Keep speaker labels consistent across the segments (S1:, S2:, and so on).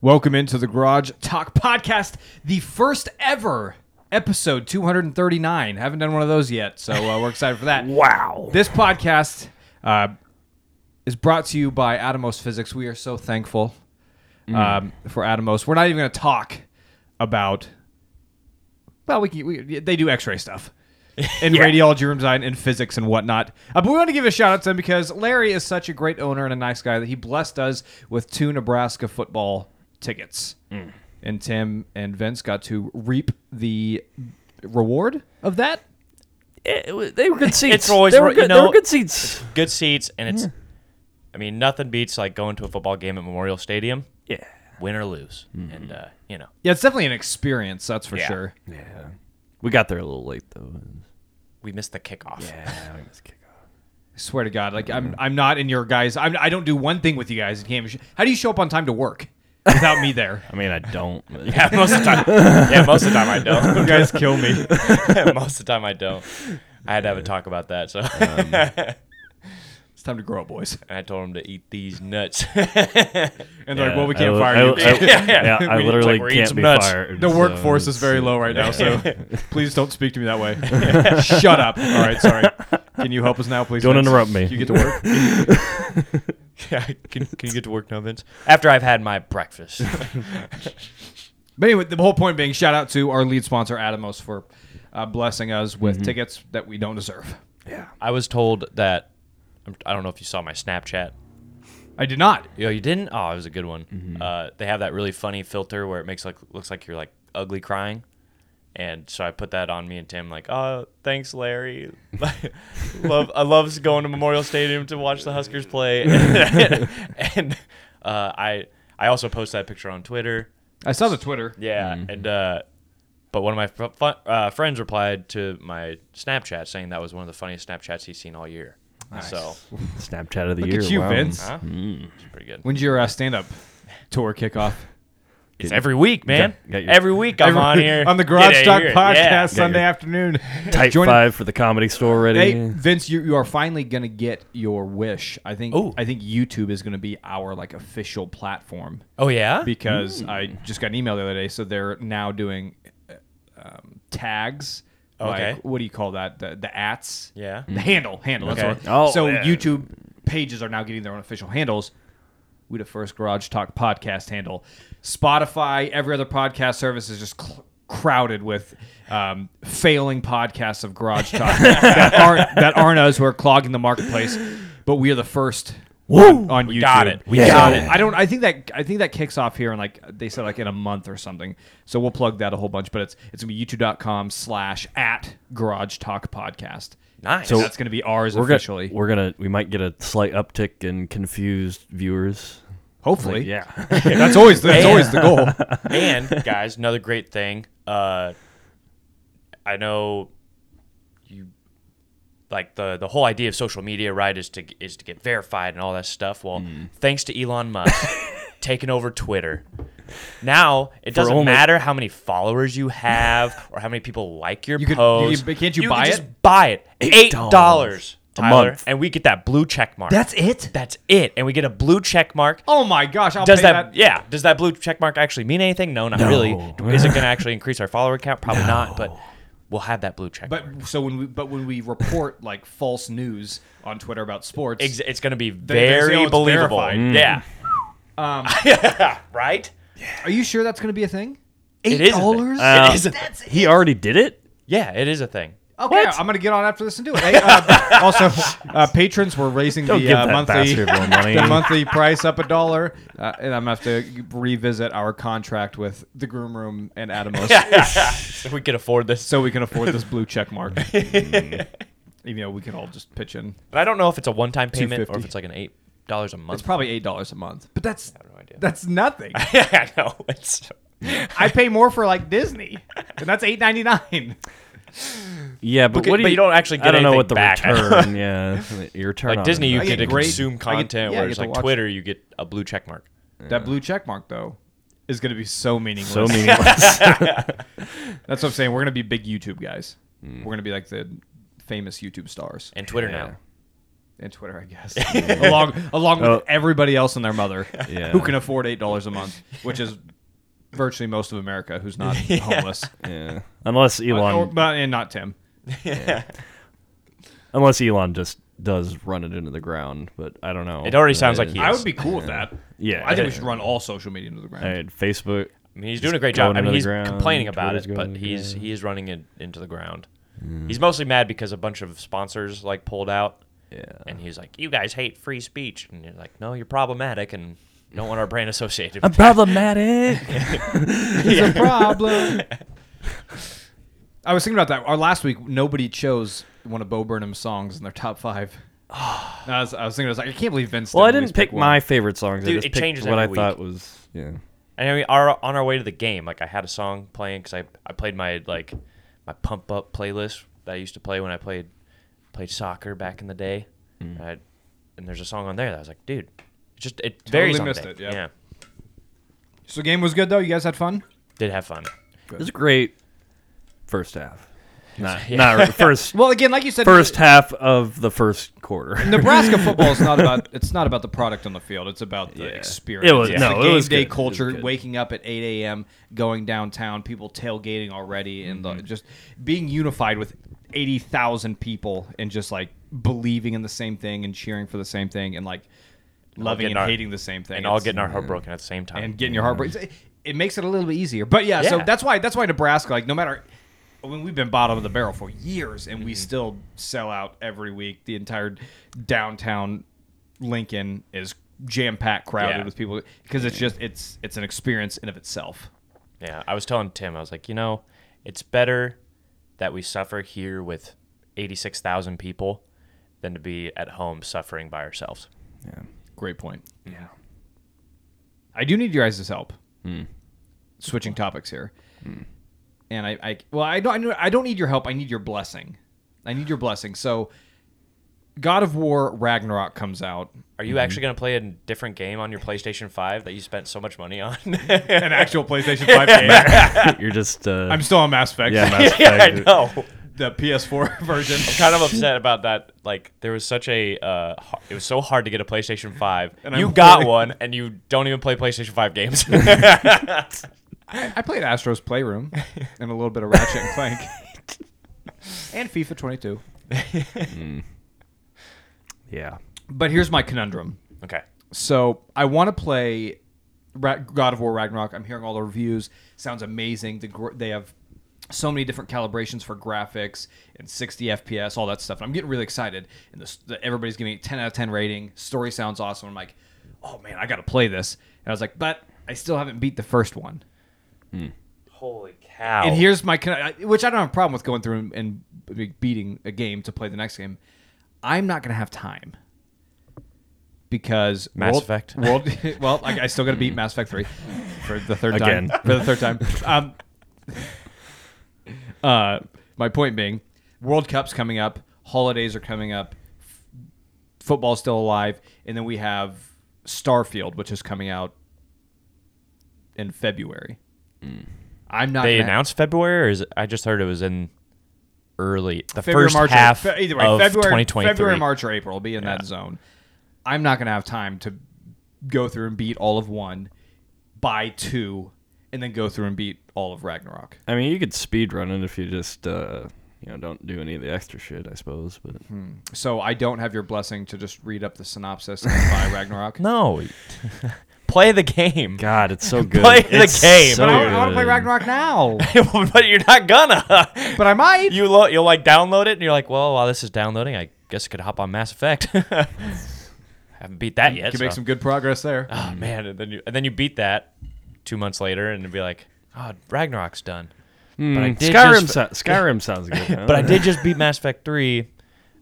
S1: Welcome into the Garage Talk Podcast, the first ever episode 239. Haven't done one of those yet, so uh, we're excited for that.
S2: Wow.
S1: This podcast uh, is brought to you by Atomos Physics. We are so thankful
S2: Mm.
S1: um, for Atomos. We're not even going to talk about. Well, we, can, we they do X-ray stuff in
S2: Yeah.
S1: radiology, room design, and physics and whatnot. Uh, but we want to give a shout out to them because Larry is such a great owner and a nice guy that he blessed us with two Nebraska football tickets,
S2: Mm.
S1: and Tim and Vince got to reap the reward of that.
S3: it, wa- they were good seats.
S2: It's always
S3: they were
S2: ri-
S3: good,
S2: you
S3: they
S2: know,
S3: were good seats.
S2: Good seats, and it's. I mean, nothing beats like going to a football game at Memorial Stadium,
S3: Yeah.
S2: win or lose, and uh, you know.
S1: Yeah, it's definitely an experience, that's for
S2: Yeah.
S1: sure.
S3: Yeah. We got there a little late though.
S2: We missed the kickoff.
S3: Yeah, we missed kickoff.
S1: I swear to God, like I'm,
S3: Mm-hmm.
S1: I'm not in your guys. I'm, I don't do one thing with you guys. You can't- How do you show up on time to work without me there?
S3: I mean, I don't. but-
S2: Yeah, most of the time. Yeah, most of the time I
S1: You
S2: don't.
S1: guys kill me.
S2: most of the time I don't. I had to have a talk about that, so Um,
S1: It's time to grow up, boys.
S2: I told him to eat these nuts.
S1: And they're like,
S3: Yeah,
S1: well, we
S3: I
S1: can't
S3: li-
S1: fire
S3: I,
S1: you.
S3: I, yeah,
S2: We
S3: I
S2: need to,
S3: literally
S2: like, read
S3: can't
S2: some
S3: be
S2: nuts.
S3: fired.
S1: the
S3: so
S1: workforce is
S3: it's- uh,
S1: very low right now, so please don't speak to me that way. Shut up. All right, sorry. Can you help us now, please?
S3: Don't
S1: Vince?
S3: interrupt me.
S1: You get to work.
S2: yeah, can, can you get to work now, Vince? After I've had my breakfast.
S1: But anyway, the whole point being, shout out to our lead sponsor, Atomos, for uh, blessing us with
S3: Mm-hmm.
S1: tickets that we don't deserve.
S2: I was told that. I'm- I don't know if you saw my Snapchat.
S1: I did not.
S2: Yo, you didn't? Oh, it was a good one. Uh, they have that really funny filter where it makes like looks like you're like ugly crying. And so I put that on me and Tim, like, oh, thanks, Larry. love, I love going to Memorial Stadium to watch the Huskers play. and uh, I, I also posted that picture on Twitter.
S1: I saw the Twitter.
S2: Yeah, and uh, but one of my fr- fu- uh, friends replied to my Snapchat saying that was one of the funniest Snapchats he's seen all year. So
S3: Snapchat of the
S1: Look
S3: year.
S1: at you,
S3: wow.
S1: Vince.
S2: huh? it's pretty good.
S1: When's your uh, stand-up tour kickoff?
S2: It's every week, man.
S3: got your-
S2: every week I'm on here
S1: on the
S2: Get
S1: Garage
S2: out
S1: Talk
S2: here.
S1: podcast
S2: Yeah.
S1: Sunday
S3: your-
S1: afternoon.
S3: Type
S1: Join-
S3: five for the comedy store ready.
S1: Hey, Vince, you, you are finally gonna get your wish. I think.
S2: Ooh.
S1: I think YouTube is gonna be our like official platform
S2: Oh yeah,
S1: because I
S2: Hmm.
S1: just got an email the other day. So they're now doing uh, um, tags.
S2: Okay.
S1: Like, what do you call that? The, the ats.
S2: yeah.
S1: The handle, handle.
S2: Okay.
S1: That's what,
S3: Oh,
S1: so
S3: yeah.
S1: YouTube pages are now getting their own official handles. We the first Garage Talk podcast handle. Spotify, every other podcast service is just cl- crowded with um, failing podcasts of Garage Talk that aren't that aren't us who are clogging the marketplace. But we are the first.
S3: Woo!
S1: On, on YouTube,
S2: got it. We
S3: got
S1: it. I don't. I think that. I think that kicks off here in like they said like in a month or something. So we'll plug that a whole bunch. But it's it's gonna be youtube.com slash at Garage Talk Podcast.
S2: Nice.
S1: So
S2: So-
S1: that's gonna be ours
S3: we're
S1: officially.
S3: gonna we're gonna we might get a slight uptick in confused viewers.
S1: Hopefully,
S3: Yeah.
S1: That's always that's always the goal.
S2: and guys, another great thing. Uh, I know you like the the whole idea of social media, right? Is to is to get verified and all that stuff. Well,
S1: Mm-hmm.
S2: thanks to Elon Musk taking over Twitter. Now it doesn't
S3: only-
S2: matter how many followers you have or how many people like your
S1: You could- you
S2: post.
S1: could- can't you buy
S2: just
S1: it?
S2: buy it. Eight
S3: A
S2: dollars Tyler,
S3: month.
S2: and we get that blue check mark.
S1: it.
S2: That's it, and we get a blue check mark
S1: Oh my gosh! I'll
S2: does
S1: pay
S2: that, yeah does that blue check mark actually mean anything no not really is it going to actually increase our follower count probably not but we'll have that blue check mark
S1: But so when we but when we report like false news on Twitter about sports,
S2: Ex- it's going to be
S1: they say,
S2: very
S1: "Oh, it's
S2: believable Mm.
S1: verified." Um,
S2: yeah right
S1: are you sure that's gonna be a thing?
S2: It is a thing.
S1: $8?
S2: It
S3: Uh,
S2: is a-
S3: he already did it.
S2: yeah it is a thing
S1: Okay, I'm gonna get on after this and do it. Hey, uh, also, uh, patrons were raising
S3: Don't
S1: the
S3: give
S1: uh,
S3: that
S1: monthly
S3: bastard more money.
S1: the monthly price up a dollar, uh, and I'm gonna have to revisit our contract with the Groom Room and Atomos
S2: if we could afford this
S1: so we can afford this blue check mark.
S3: Mm.
S1: Even though we can all just pitch in,
S2: but i don't know if it's a one-time payment or
S1: $2.50.
S2: if it's like an eight dollars a
S1: it's
S2: month
S1: probably eight dollars a month, but that's
S2: no idea.
S1: that's nothing.
S2: yeah i know it's
S1: I pay more for like Disney, and that's eight ninety nine.
S3: Yeah, but
S2: Okay,
S3: what do
S2: but you don't actually
S3: I
S2: get
S3: don't know
S2: anything
S3: what the
S2: back.
S3: return. yeah, your return.
S2: like
S3: on
S2: disney you
S1: I
S3: investment.
S2: get to
S1: get great- I
S2: consume
S1: get-
S2: content
S1: yeah, I
S2: whereas
S1: get to
S2: like
S1: watch-
S2: twitter you get a blue check mark
S1: That blue check mark though is going to be so meaningless.
S3: so meaningless.
S1: that's what I'm saying. We're going to be
S3: Hmm.
S1: big YouTube guys. We're going to be like the famous YouTube stars.
S2: and twitter
S3: Yeah.
S2: now
S1: and Twitter, I guess, along along with
S3: Oh.
S1: everybody else and their mother,
S3: Yeah.
S1: who can afford eight dollars a month, which is virtually most of America who's not homeless,
S3: Yeah. Unless Elon,
S1: Or- but and not Tim.
S3: unless Elon just does run it into the ground, but I don't know.
S2: It already sounds like he-
S1: I
S2: Yes.
S1: would be cool with that.
S3: Yeah.
S1: I think we should run all social media into the ground.
S3: I had Facebook.
S2: I mean, he's doing a great
S3: going
S2: job. I
S3: into
S2: mean,
S3: the
S2: he's
S3: ground,
S2: complaining about
S3: Twitter's
S2: it,
S3: going
S2: but
S3: into the
S2: he's
S3: ground. Mm.
S2: he is running it into the ground. He's mostly mad because a bunch of sponsors like pulled out,
S3: Yeah.
S2: and he's like, "You guys hate free speech," and you're like, "No, you're problematic, and don't want our brand associated."
S3: I'm
S2: with that."
S3: problematic.
S1: It's a problem. I was thinking about that. Our last week, nobody chose one of Bo Burnham's songs in their top five. And I, was, I was thinking, I was like, I can't believe Vince.
S3: well, I
S1: at
S3: didn't
S1: least
S3: pick
S1: one.
S3: my favorite songs.
S2: Dude,
S3: I just
S2: it
S3: picked
S2: changes
S3: what
S2: every
S3: I
S2: week.
S3: thought was yeah.
S2: And I mean, our, on our way to the game, like I had a song playing because I, I played my like my pump up playlist that I used to play when I played played soccer back in the day.
S3: Mm.
S2: And, I, and there's a song on there that I was like, dude, it just it varies on
S1: missed
S2: day.
S1: it, yeah. So game was good though. You guys had fun.
S2: did have fun.
S3: It was a great first half. Not not re- first
S1: Well, again, like you said,
S3: first half of the first quarter.
S1: Nebraska football is not about. It's not about the product on the field. It's about the
S3: Yeah.
S1: experience.
S3: It was-
S1: it's
S3: no,
S1: the
S3: it
S1: game
S3: was
S1: day
S3: good. It was
S1: culture.
S3: good.
S1: Waking up at 8 a.m., going downtown, people tailgating already, and
S3: Mm-hmm.
S1: the, just being unified with 80,000 people, and just like believing in the same thing and cheering for the same thing, and like loving
S2: getting
S1: and
S2: our-
S1: hating the same thing,
S2: And all
S1: It's-
S2: getting our heart broken at the same time.
S1: and getting your heart broken. It, it makes it a little bit easier. But yeah, so
S2: Yeah.
S1: that's why that's why Nebraska, like no matter I mean, we've been bottom of the barrel for years and
S2: Mm-hmm.
S1: we still sell out every week. The entire downtown Lincoln is jam packed crowded
S2: Yeah.
S1: with people because it's just it's it's an experience in of itself.
S2: yeah, I was telling Tim, I was like, you know, it's better that we suffer here with eighty six thousand people than to be at home suffering by ourselves.
S3: Yeah.
S1: Great point. Yeah. I do need your guys' help. Switching topics here. And I, I well, I don't I know- I don't need your help. I need your blessing. I need your blessing. So God of War Ragnarok comes out.
S2: Are you actually going to play a different game on your PlayStation 5 that you spent so much money on?
S1: An actual PlayStation 5 game.
S3: You're just uh,
S1: I'm still on Mass Effect.
S3: yeah,
S1: so
S3: Mass
S2: yeah, I
S3: Effect.
S2: know. I'm
S1: The PS4 version.
S2: kind of upset about that. Like, there was such a, uh, har- it was so hard to get a PlayStation 5.
S1: And
S2: you
S1: I'm
S2: got
S1: holding-
S2: one, and you don't even play PlayStation 5 games.
S1: I played Astro's Playroom and a little bit of Ratchet and Clank. And FIFA 22.
S3: Yeah.
S1: But here's my conundrum.
S2: okay.
S1: So I want to play Ra- God of War Ragnarok. I'm hearing all the reviews. Sounds amazing. The gr- they have so many different calibrations for graphics and 60 FPS, all that stuff. And I'm getting really excited. And this, the, everybody's giving it 10 out of 10 rating. Story sounds awesome. I'm like, oh man, I got to play this. And I was like, but I still haven't beat the first one.
S2: Holy cow.
S1: And here's my, con- I- which I don't have a problem with going through and, and be- beating a game to play the next game. I'm not going to have time because
S2: Mass
S1: World-
S2: Effect.
S1: World, well, I, I still got to beat Mass Effect three for the third
S3: Again.
S1: time. For the third time. Um, uh, my point being, World Cup's coming up, holidays are coming up, f- football's still alive, and then we have Starfield, which is coming out in February. I'm not.
S2: Mm. they
S1: gonna-
S2: announced February, or is it, I just heard it was in early, the
S1: February,
S2: first
S1: March, or-
S2: half
S1: Fe- either way,
S2: of
S1: February,
S2: 2023.
S1: February, March, or April will be in that zone. I'm not going to have time to go through and beat all of one, buy two, and then go through and beat all of Ragnarok.
S3: I mean, you could speed run it if you just uh, you know don't do any of the extra shit, I suppose. But
S1: So I don't have your blessing to just read up the synopsis and buy Ragnarok.
S2: No. play the game.
S3: God, it's so good.
S2: Play the
S3: It's
S2: game.
S3: so
S1: But I, want to play
S3: good.
S1: Ragnarok now,
S2: but you're not gonna.
S1: but I might.
S2: you lo- you'll like download it and you're like, well, while this is downloading, I guess I could hop on Mass Effect. haven't beat that yet.
S1: can make
S2: so-
S1: some good progress there.
S2: oh man, and then you and then you beat that two months later and it'd be like, oh, Ragnarok's done. But I
S3: Mm,
S2: did
S3: Skyrim,
S2: just-
S3: sou- Skyrim sounds good. huh?
S2: But I
S1: Oh.
S2: did just beat Mass Effect three. and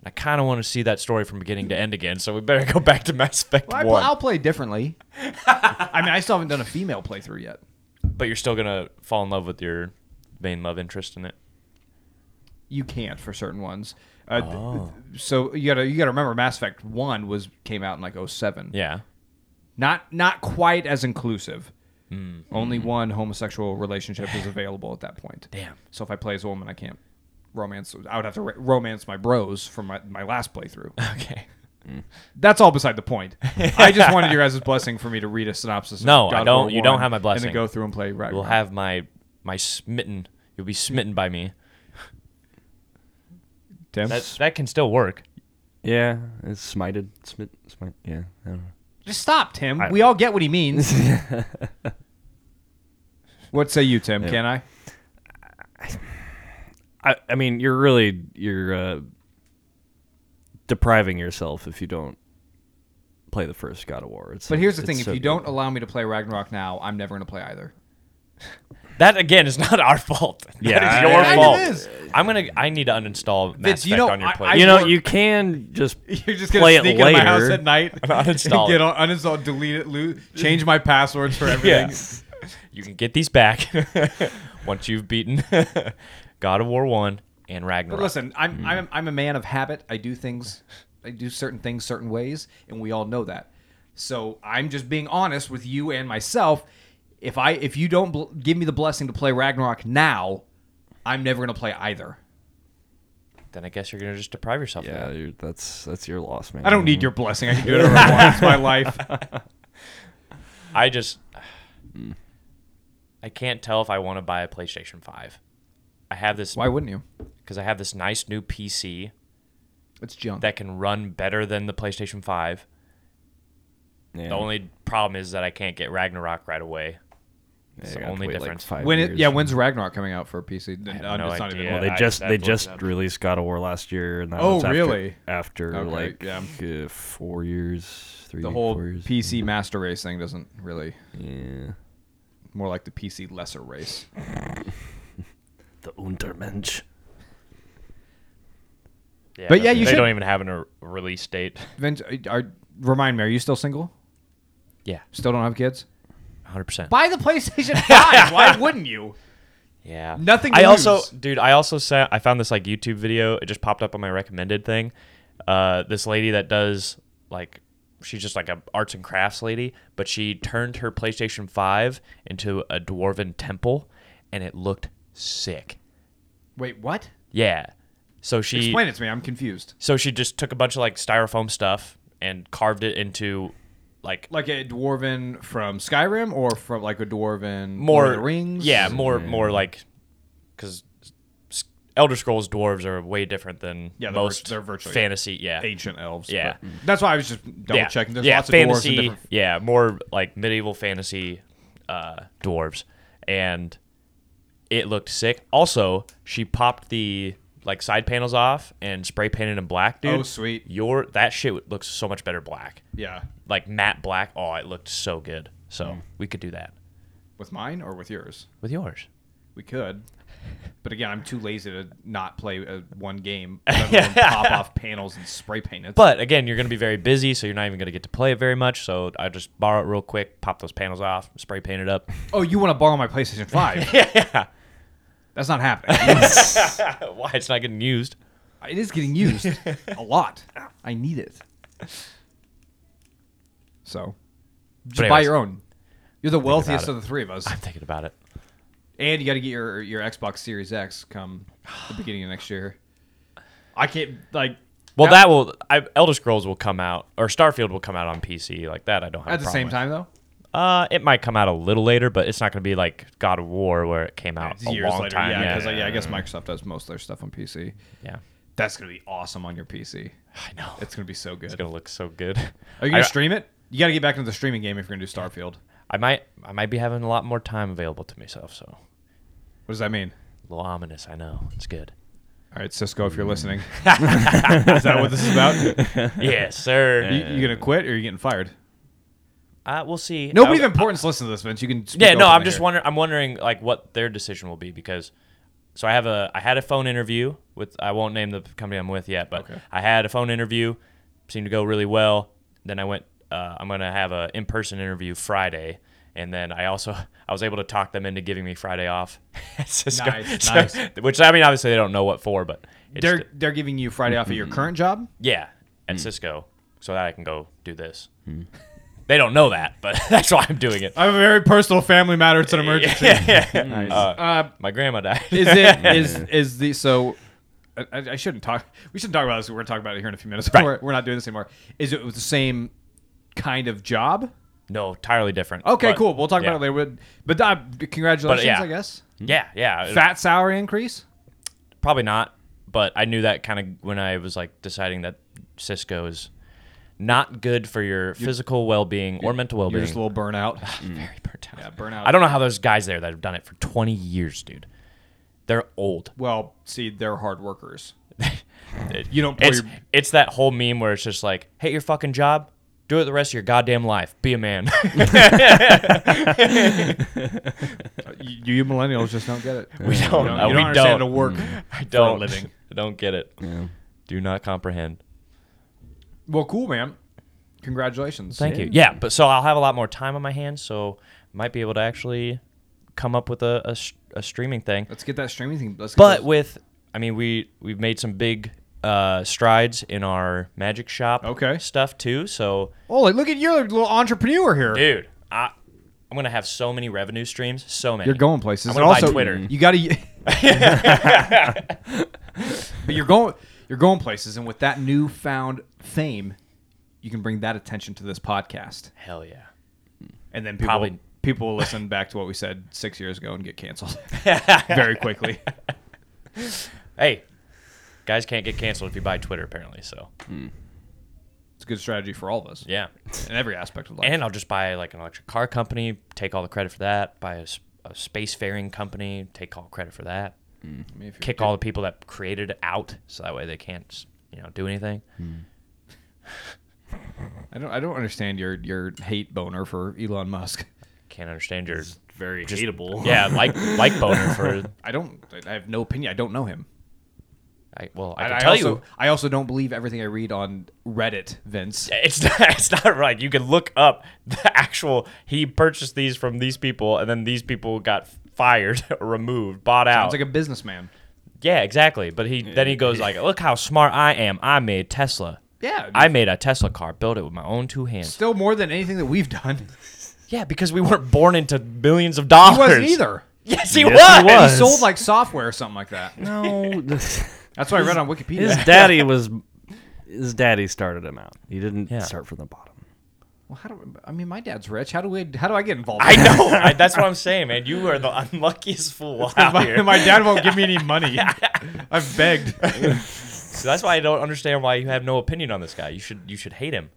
S2: I kind of want to see that story from beginning to end again, so we better go back to Mass Effect
S1: Well, I
S2: one.
S1: will play differently. I mean, I still haven't done a female playthrough yet.
S2: but you're still gonna fall in love with your main love interest in it.
S1: You can't for certain ones. Uh, th-
S2: Oh.
S1: So you gotta you gotta remember, Mass Effect One was came out in like 07.
S2: Yeah.
S1: not not quite as inclusive.
S2: Hmm.
S1: Only one homosexual relationship is available at that point.
S2: Damn.
S1: So if I play as a woman, I can't romance. I would have to r romance my bros from my, my last playthrough.
S2: Okay.
S1: That's all beside the point. I just wanted your guys' blessing for me to read a synopsis. of
S2: No,
S1: God
S2: I
S1: of
S2: don't-
S1: War
S2: you don't
S1: 1,
S2: have my
S1: And then
S2: blessing.
S1: go through and play. Right.
S2: You'll have my my smitten. You'll be smitten by me.
S1: Tim.
S2: That that can still work.
S3: Yeah, it's smited. Smit, smite. Yeah, I don't know.
S1: Just stop, Tim. we all get what he means. what say you, Tim? Can I?
S3: I, I mean, you're really you're uh, depriving yourself if you don't play the first God of War. It's
S1: But
S3: so-
S1: here's the
S3: it's
S1: thing: if
S3: so
S1: you
S3: good.
S1: don't allow me to play Ragnarok now, I'm never going to play either.
S2: That again is not our fault.
S3: Yeah,
S2: that
S3: I-
S2: is your
S3: It
S2: fault.
S1: is.
S2: I'm gonna. I need to uninstall Mass
S1: Vince, you
S2: Effect
S1: know,
S2: on your
S1: I-
S2: plate.
S1: I-
S3: you know,
S1: work-
S3: you can just
S1: You're just
S3: Play
S1: gonna
S3: it
S1: sneak into my house
S3: later.
S1: at night,
S2: Uninstall
S1: get
S2: it.
S1: on, uninstall, delete it, lose, change my passwords for everything.
S2: yeah. You can get these back once you've beaten God of War One and Ragnarok.
S1: But listen,
S3: Mm.
S1: I'm, I'm I'm a man of habit. I do things, I do certain things certain ways, and we all know that. So I'm just being honest with you and myself. If I if you don't bl- give me the blessing to play Ragnarok now, I'm never gonna play either.
S2: then I guess you're gonna just deprive yourself. of
S3: yeah,
S2: that.
S3: you're, that's that's your loss, man.
S1: I don't need your blessing. I can do it. I want. It's my life.
S2: I just.
S3: Hmm.
S2: I can't tell if I want to buy a PlayStation Five. I have this
S1: Why wouldn't you?
S2: because I have this nice new PC
S1: It's junk.
S2: that can run better than the PlayStation Five.
S3: Yeah.
S2: The only problem is that I can't get Ragnarok right away.
S3: Yeah,
S2: It's
S3: you
S2: the
S3: gotta
S2: only
S3: wait, like,
S2: difference.
S3: five
S1: when it,
S3: years.
S1: yeah, when's Ragnarok coming out for PC? I
S2: no idea.
S3: Well,
S2: Yeah,
S3: they
S2: I-
S3: just
S2: that
S3: they
S2: blows
S3: just
S2: up.
S3: released God of War last year, and that
S1: Oh,
S3: was after,
S1: really?
S3: After
S1: Okay,
S3: like
S1: yeah.
S3: uh, four years, three
S1: the whole
S3: four years.
S1: PC master race thing doesn't really
S3: yeah,
S1: more like the PC lesser race.
S3: the Untermensch.
S2: Yeah,
S1: But yeah, you
S2: they
S1: should-
S2: don't even have a r- release date.
S1: Vince, are- are, remind me, are you still single?
S2: Yeah,
S1: Still don't have kids?
S2: 100. percent
S1: Buy the PlayStation 5. Why wouldn't you?
S2: Yeah.
S1: Nothing to
S2: I also,
S1: lose.
S2: dude, I also sent. I found this like YouTube video. It just popped up on my recommended thing. Uh, this lady that does like, she's just like a arts and crafts lady, but she turned her PlayStation Five into a dwarven temple, and it looked sick.
S1: Wait, what?
S2: Yeah. So she
S1: Explain it to me. I'm confused.
S2: So she just took a bunch of like styrofoam stuff and carved it into like
S1: Like a dwarven from Skyrim or from like a dwarven
S2: more
S1: Lord of the Rings?
S2: Yeah, more more like because Elder Scrolls dwarves are way different than
S1: Yeah, they're
S2: most
S1: virt- they're virtually
S2: fantasy. Yeah,
S1: Ancient elves.
S2: Yeah.
S1: but- That's why I was just double
S2: yeah.
S1: checking. There's
S2: yeah,
S1: lots of dwarves
S2: fantasy.
S1: and different.
S2: Yeah, more like medieval fantasy uh, dwarves, and it looked sick. Also, she popped the like side panels off and spray painted in black, dude.
S1: Oh, sweet.
S2: Your that shit looks so much better black.
S1: Yeah.
S2: like matte black. Oh, it looked so good. So
S1: Mm.
S2: we could do that
S1: With mine or with yours?
S2: with yours.
S1: We could. But again, I'm too lazy to not play uh, one game, let alone pop off panels and spray paint it.
S2: But again, you're going to be very busy, so you're not even going to get to play it very much. So I just borrow it real quick, pop those panels off, spray paint it up.
S1: oh, you want to borrow my PlayStation 5? yeah. That's not happening.
S2: Why it's not getting used?
S1: It is getting used a lot. I need it. So, just
S2: But
S1: buy
S2: anyways.
S1: your own. You're the wealthiest
S2: about
S1: of the three of us,
S2: I'm thinking about it.
S1: and you got to get your your Xbox Series X come the beginning of next year. I can't like
S2: Well,
S1: Yeah.
S2: that will. I, Elder Scrolls will come out, or Starfield will come out on PC. Like that, I don't have a
S1: at the
S2: problem
S1: same
S2: with.
S1: time though.
S2: Uh, it might come out a little later, but it's not going to be like God of War where it came out
S1: It's
S2: a
S1: years
S2: long
S1: later,
S2: time.
S1: yeah,
S2: Yeah,
S1: because yeah, I guess Microsoft does most of their stuff on PC.
S2: yeah.
S1: That's gonna be awesome on your PC.
S2: I know. It's
S1: It's gonna be so good.
S2: going to look so good.
S1: Are you gonna
S2: I-
S1: stream it? You got to get back into the streaming game if you're gonna do Starfield.
S2: I might. I might be having a lot more time available to myself. So a
S1: What does that mean?
S2: little ominous. I know it's good.
S1: All right, Cisco, if you're listening, is that what this is about?
S2: yes, sir.
S1: You, you gonna quit or you getting fired?
S2: Uh, we'll see.
S1: Nobody
S2: I-
S1: of importance listens to this, Vince. You can. Speak
S2: Yeah, no,
S1: openly
S2: I'm just
S1: here.
S2: wondering. I'm wondering like what their decision will be because. So I have a I had a phone interview with I won't name the company I'm with yet, but
S1: Okay.
S2: I had a phone interview, seemed to go really well. Then I went. Uh, I'm gonna have a in person interview Friday, and then I also I was able to talk them into giving me Friday off. It's just go-
S1: Nice, nice.
S2: Which I mean, obviously they don't know what for, but it's
S1: They're Hmm. they're giving you Friday off at your current job.
S2: Yeah, at Cisco, so that I can go do this.
S1: Hmm.
S2: They don't know that, but that's why I'm doing it.
S1: I have a very personal family matter. It's an emergency.
S2: Yeah, yeah, yeah. Uh,
S1: Uh,
S2: my grandma died.
S1: is it is is the so I, I shouldn't talk. We shouldn't talk about this. We're going to talk about it here in a few minutes.
S2: Right.
S1: We're, we're not doing this anymore. Is it was the same kind of job?
S2: No, entirely different.
S1: Okay,
S2: But-
S1: cool. We'll talk
S2: yeah.
S1: about it later. But uh, congratulations,
S2: But, yeah.
S1: I guess.
S2: Yeah, yeah.
S1: Fat salary increase.
S2: Probably not, but I knew that kind of when I was like deciding that Cisco is not good for your physical well being or mental well
S1: You're
S2: being.
S1: just a little Mm. burnout.
S2: Very burnt out.
S1: Yeah, burnout.
S2: I don't know how those guys there that have done it for 20 years, dude. They're old.
S1: Well, see, they're hard workers. You don't pour
S2: It's,
S1: your
S2: it's that whole meme where it's just like, hate your fucking job, do it the rest of your goddamn life, be a man.
S1: you, you millennials just don't get it.
S2: we don't.
S1: You don't,
S2: uh,
S1: you don't
S2: we
S1: Mm. understand
S2: don't.
S1: how to work.
S2: I don't.
S1: a living.
S2: I don't get it.
S1: Mm.
S3: Yeah.
S2: Do not comprehend.
S1: Well, cool, man. Congratulations.
S2: Thank you. Yeah, but so I'll have a lot more time on my hands, so might be able to actually come up with a, a, s- a streaming thing.
S1: Let's get that streaming thing. Let's get
S2: But
S1: those-
S2: with, I mean, we we've made some big uh, strides in our magic shop
S1: Okay.
S2: stuff too. So,
S1: oh, like, look at you, you're a little entrepreneur here.
S2: dude, I I'm gonna have so many revenue streams, so many.
S1: You're going places.
S2: I'm
S1: And
S2: gonna buy
S1: also,
S2: Twitter.
S1: You got to. but you're going, you're going places, and with that newfound fame, you can bring that attention to this podcast,
S2: Hell yeah.
S1: and then people
S2: Probably-
S1: people will listen back to what we said six years ago and get canceled very quickly.
S2: Hey, guys can't get canceled if you buy Twitter apparently. So
S1: It's a good strategy for all of us
S2: yeah,
S1: in every aspect of life.
S2: and I'll just buy like an electric car company, take all the credit for that. Buy a, s- a spacefaring company, take all credit for that.
S1: I mean, if you're-
S2: Kick all the people that created it out, so that way they can't you know do anything.
S1: I don't. I don't understand your your hate boner for Elon Musk.
S2: Can't understand your
S4: Very
S2: Just-
S4: hateable.
S2: yeah like like boner for
S1: I don't. I have no opinion. I don't know him.
S2: I, well I can
S1: And
S2: tell
S1: also,
S2: you
S1: I also don't believe everything I read on Reddit, Vince.
S2: it's not, it's not right you can look up the actual he purchased these from these people and then these people got fired removed bought out
S1: Sounds like a businessman.
S2: yeah exactly but he then he goes like look how smart I am I made Tesla
S1: Yeah.
S2: I made a Tesla car built it with my own two hands
S1: Still more than anything that we've done.
S2: yeah because we weren't born into millions of dollars
S1: He wasn't either.
S2: yes he
S3: Yes, he
S2: was
S1: He sold like software or something like that.
S3: No, this-
S1: That's what I read on
S3: his
S1: Wikipedia.
S3: daddy was. His daddy started him out. He didn't
S2: Yeah.
S3: start from the bottom.
S1: well, how do I mean? My dad's rich. How do we? How do I get involved?
S2: I know. I, that's what I'm saying, man. You are the unluckiest fool out
S1: my,
S2: here.
S1: my dad won't give me any money. I've begged.
S2: So that's why I don't understand why you have no opinion on this guy. You should you should hate him.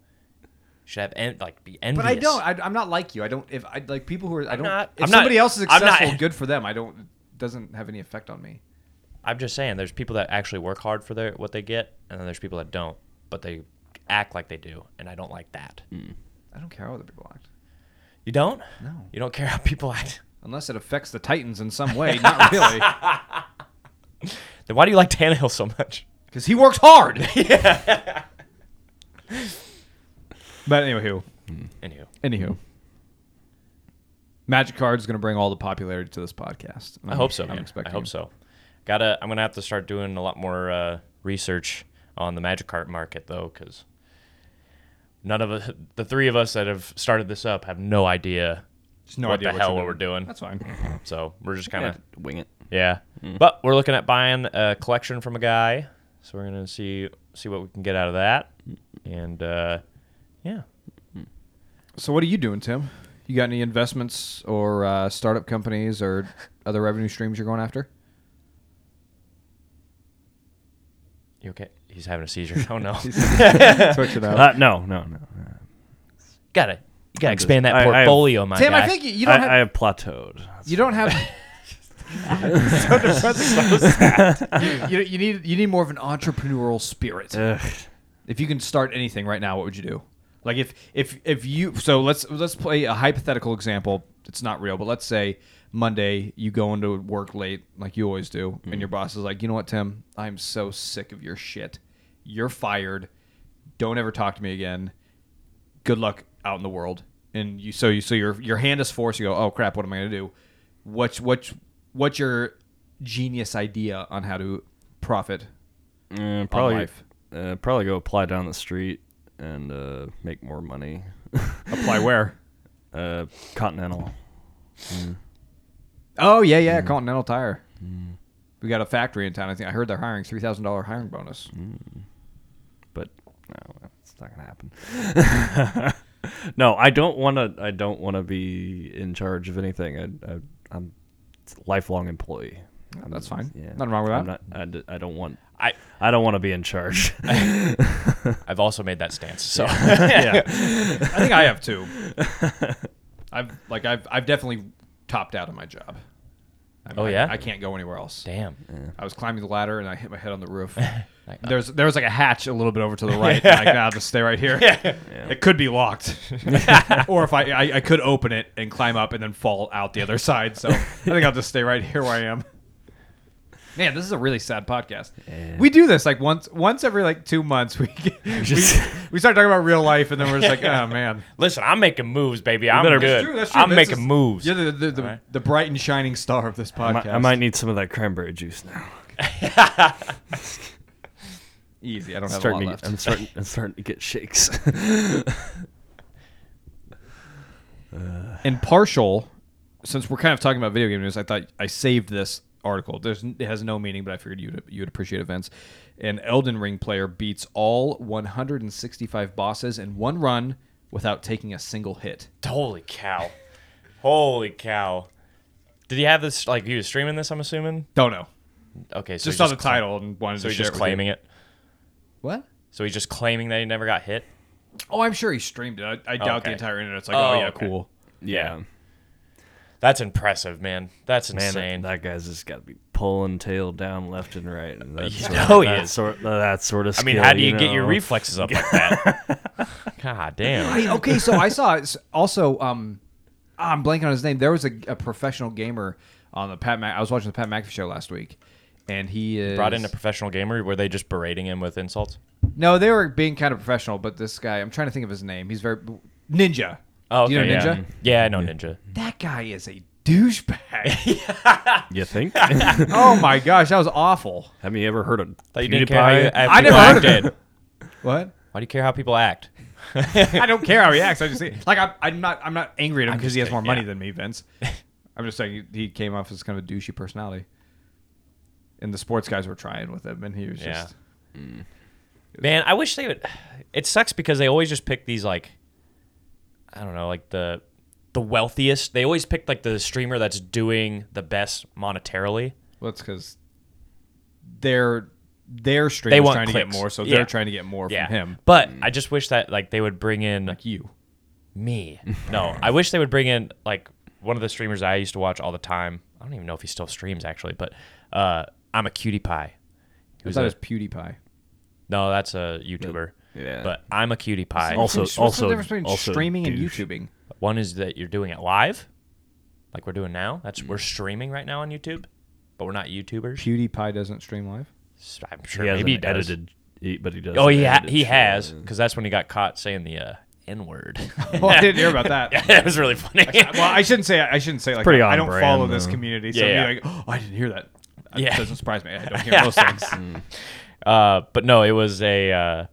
S2: You should have en- like be
S1: But
S2: envious.
S1: I don't. I, I'm not like you. I don't. If I like people who are, I don't.
S2: not-
S1: if
S2: I'm not-
S1: somebody else is
S2: I'm not-
S1: successful, good for them. I don't. it Doesn't have any effect on me.
S2: I'm just saying, there's people that actually work hard for their what they get, and then there's people that don't, but they act like they do, and I don't like that.
S1: I don't care how other people act,
S2: You don't?
S1: Hmm. No.
S2: You don't care how people act.
S1: unless it affects the Titans in some way. Not really,
S2: Then why do you like Tannehill so much?
S1: because he works hard. but anywho,
S2: Anywho,
S1: anywho, Magic Card's going to bring all the popularity to this podcast.
S2: I hope so.
S1: I'm
S2: man. I
S1: expecting.
S2: hope so. Gotta. I'm gonna have to start doing a lot more uh, research on the magic cart market though, because none of us, the three of us that have started this up, have no idea
S1: Just no
S2: what
S1: idea
S2: the hell
S1: you're
S2: we're doing.
S1: That's fine.
S2: So we're just kind of
S3: Yeah, wing it.
S2: yeah. But we're looking at buying a collection from a guy, so we're gonna see see what we can get out of that, and uh, yeah.
S1: So what are you doing, Tim? You got any investments or uh, startup companies or other revenue streams you're going after?
S2: You okay? He's having a seizure. Oh no!
S1: Switch it
S3: Uh, no, no, no. no.
S2: gotta gotta
S3: I'm just-
S2: expand
S3: I-
S2: that
S3: I have-
S2: portfolio, my
S1: Tim,
S2: guy.
S1: I think you, you don't
S3: I,
S1: have
S3: I have plateaued.
S1: you don't have you, you need you need more of an entrepreneurial spirit.
S3: Ugh.
S1: If you can start anything right now, what would you do? Like if if if you so let's let's play a hypothetical example. It's not real, but let's say Monday you go into work late like you always do, and your boss is like, "You know what, Tim? I'm so sick of your shit. You're fired. Don't ever talk to me again. Good luck out in the world." And you so you so your your hand is forced. You go, "Oh crap, what am I going to do?" What's what's what's your genius idea on how to profit?
S3: Uh, probably,
S1: life.
S3: uh, probably go apply down the street and uh, make more money.
S1: Apply where?
S3: uh, Continental.
S1: Oh yeah, yeah, Continental Tire. We got a factory in town. I think I heard they're hiring three thousand dollar hiring bonus.
S3: but no, it's not gonna happen. no, I don't want to. I don't want to be in charge of anything. I, I, I'm a lifelong employee. I'm-
S1: that's fine. Nothing wrong with
S3: I'm
S1: that.
S3: not- I d- I don't want.
S2: I
S3: I don't want to be in charge.
S2: I've also made that stance. So
S1: yeah, I think I have too. I've like I've I've definitely topped out of my job. I mean,
S2: Oh,
S1: I-
S2: yeah?
S1: I, can't go anywhere else.
S2: damn.
S1: I was climbing the ladder and I hit my head on the roof.
S2: Like, uh,
S1: There's there was like a hatch a little bit over to the right. and Like, nah, I'll just stay right here. It could be locked, or if I, I I could open it and climb up and then fall out the other side. So I think I'll just stay right here where I am. Man, this is a really sad podcast.
S3: Yeah.
S1: We do this like once once every like two months. We
S3: Just-
S1: we, we start talking about real life, and then we're just like, oh man.
S2: Listen, I'm making moves, baby. I'm
S3: better-
S2: good.
S3: That's
S2: I'm
S1: This
S2: making
S1: is-
S2: moves.
S1: You're the the, the,
S2: Alright.
S1: the bright and shining star of this
S3: I
S1: podcast.
S3: might, I might need some of that cranberry juice now.
S1: easy. I don't
S3: I'm
S1: have a lot
S3: starting. To,
S1: left.
S3: get- I'm starting. I'm starting to get shakes.
S1: And partial, since we're kind of talking about video game news, I thought I saved this article. There's it has no meaning, but I figured you'd you'd appreciate events. An Elden Ring player beats all 165 bosses in one run without taking a single hit.
S2: Holy cow. Holy cow. Did he have this? Like, he was streaming this, I'm assuming?
S1: Don't know.
S2: Okay,
S1: Just
S2: so he's
S1: saw the
S2: cla-
S1: title and wanted
S2: So
S1: to
S2: he's
S1: share
S2: just
S1: it with
S2: claiming
S1: you.
S2: it.
S1: What?
S2: So he's just claiming that he never got hit?
S1: Oh, I'm sure he streamed it. I, I doubt the
S2: okay.
S1: entire internet's like,
S2: Oh,
S1: oh, yeah,
S2: okay.
S1: cool.
S3: yeah,
S2: That's impressive, man. That's
S3: man,
S2: insane.
S3: that, that guy's just got to be pulling tail down left and right. And that
S2: You
S3: sort
S2: know
S3: of,
S2: he
S3: that
S2: is.
S3: Sort, that sort of.
S2: Oh, I mean,
S3: skill,
S2: how do you, get your
S3: know?
S2: reflexes up like that? God damn.
S1: I- okay, so I saw it's also um ah, I'm blanking on his name. There was a, a professional gamer on the Pat Mac I was watching the Pat McAfee show last week. And he is
S2: Brought in a professional gamer. Were they just berating him with insults?
S1: No, they were being kind of professional, but this guy, I'm trying to think of his name. He's very Ninja.
S2: Oh,
S1: Do you know
S2: okay, yeah.
S1: Ninja?
S2: Yeah, I know Ninja.
S1: That guy is a douchebag.
S3: You think?
S1: oh my gosh, that was awful.
S3: Have you ever heard of
S2: Thought you didn't care how you-
S3: PewDiePie?
S2: how
S1: I never
S2: people
S1: heard of
S2: acted.
S1: it. What?
S2: Why do you care how people act?
S1: I don't care how he acts. I just think like I'm, I'm not I'm not angry at him because he has more
S2: kidding,
S1: money
S2: yeah.
S1: than me, Vince. I'm just saying he he came off as kind of a douchey personality, and the sports guys were trying with him, and he was
S2: Yeah.
S1: just
S2: Man, I wish they would. It sucks because they always just pick these like, I don't know, like the the wealthiest. They always pick like the streamer that's doing the best monetarily.
S1: well, that's because they're their stream
S2: They
S1: is
S2: want
S1: trying to get
S2: clicks.
S1: more, so
S2: Yeah.
S1: they're trying to get more
S2: Yeah,
S1: from him.
S2: But I just wish that like they would bring in
S1: Like you,
S2: me. No, I wish they would bring in like one of the streamers I used to watch all the time. I don't even know if he still streams actually, but uh, I'm a cutie pie. He
S1: was
S2: was
S1: that
S2: a-
S1: as PewDiePie?
S2: no, that's a YouTuber.
S3: Yeah.
S2: But I'm a cutie pie.
S3: Also-
S1: What's
S3: also-
S1: the difference between
S3: also
S1: streaming
S3: douche.
S1: and YouTubing?
S2: One is that you're doing it live, like we're doing now. That's we're
S3: Mm.
S2: streaming right now on YouTube, but we're not YouTubers.
S1: PewDiePie doesn't stream live.
S2: So I'm
S3: He
S2: sure
S3: has
S2: maybe he
S3: an
S2: does.
S3: edited, he, but he does.
S2: Oh,
S3: an
S2: he ha-
S3: edited
S2: he
S3: show,
S2: has
S3: yeah.
S2: because that's when he got caught saying the uh, N word.
S1: Oh, I didn't hear about that.
S2: yeah, that was really funny.
S1: Well, I shouldn't say I shouldn't say like
S3: Pretty
S1: that. I
S3: on
S1: don't
S3: brand,
S1: follow this
S3: though.
S1: community, so
S2: Yeah,
S1: be like, oh, I didn't hear that. That
S2: Yeah. Mm.
S1: doesn't surprise me. I don't hear those things.
S2: Uh, but no, it was a uh,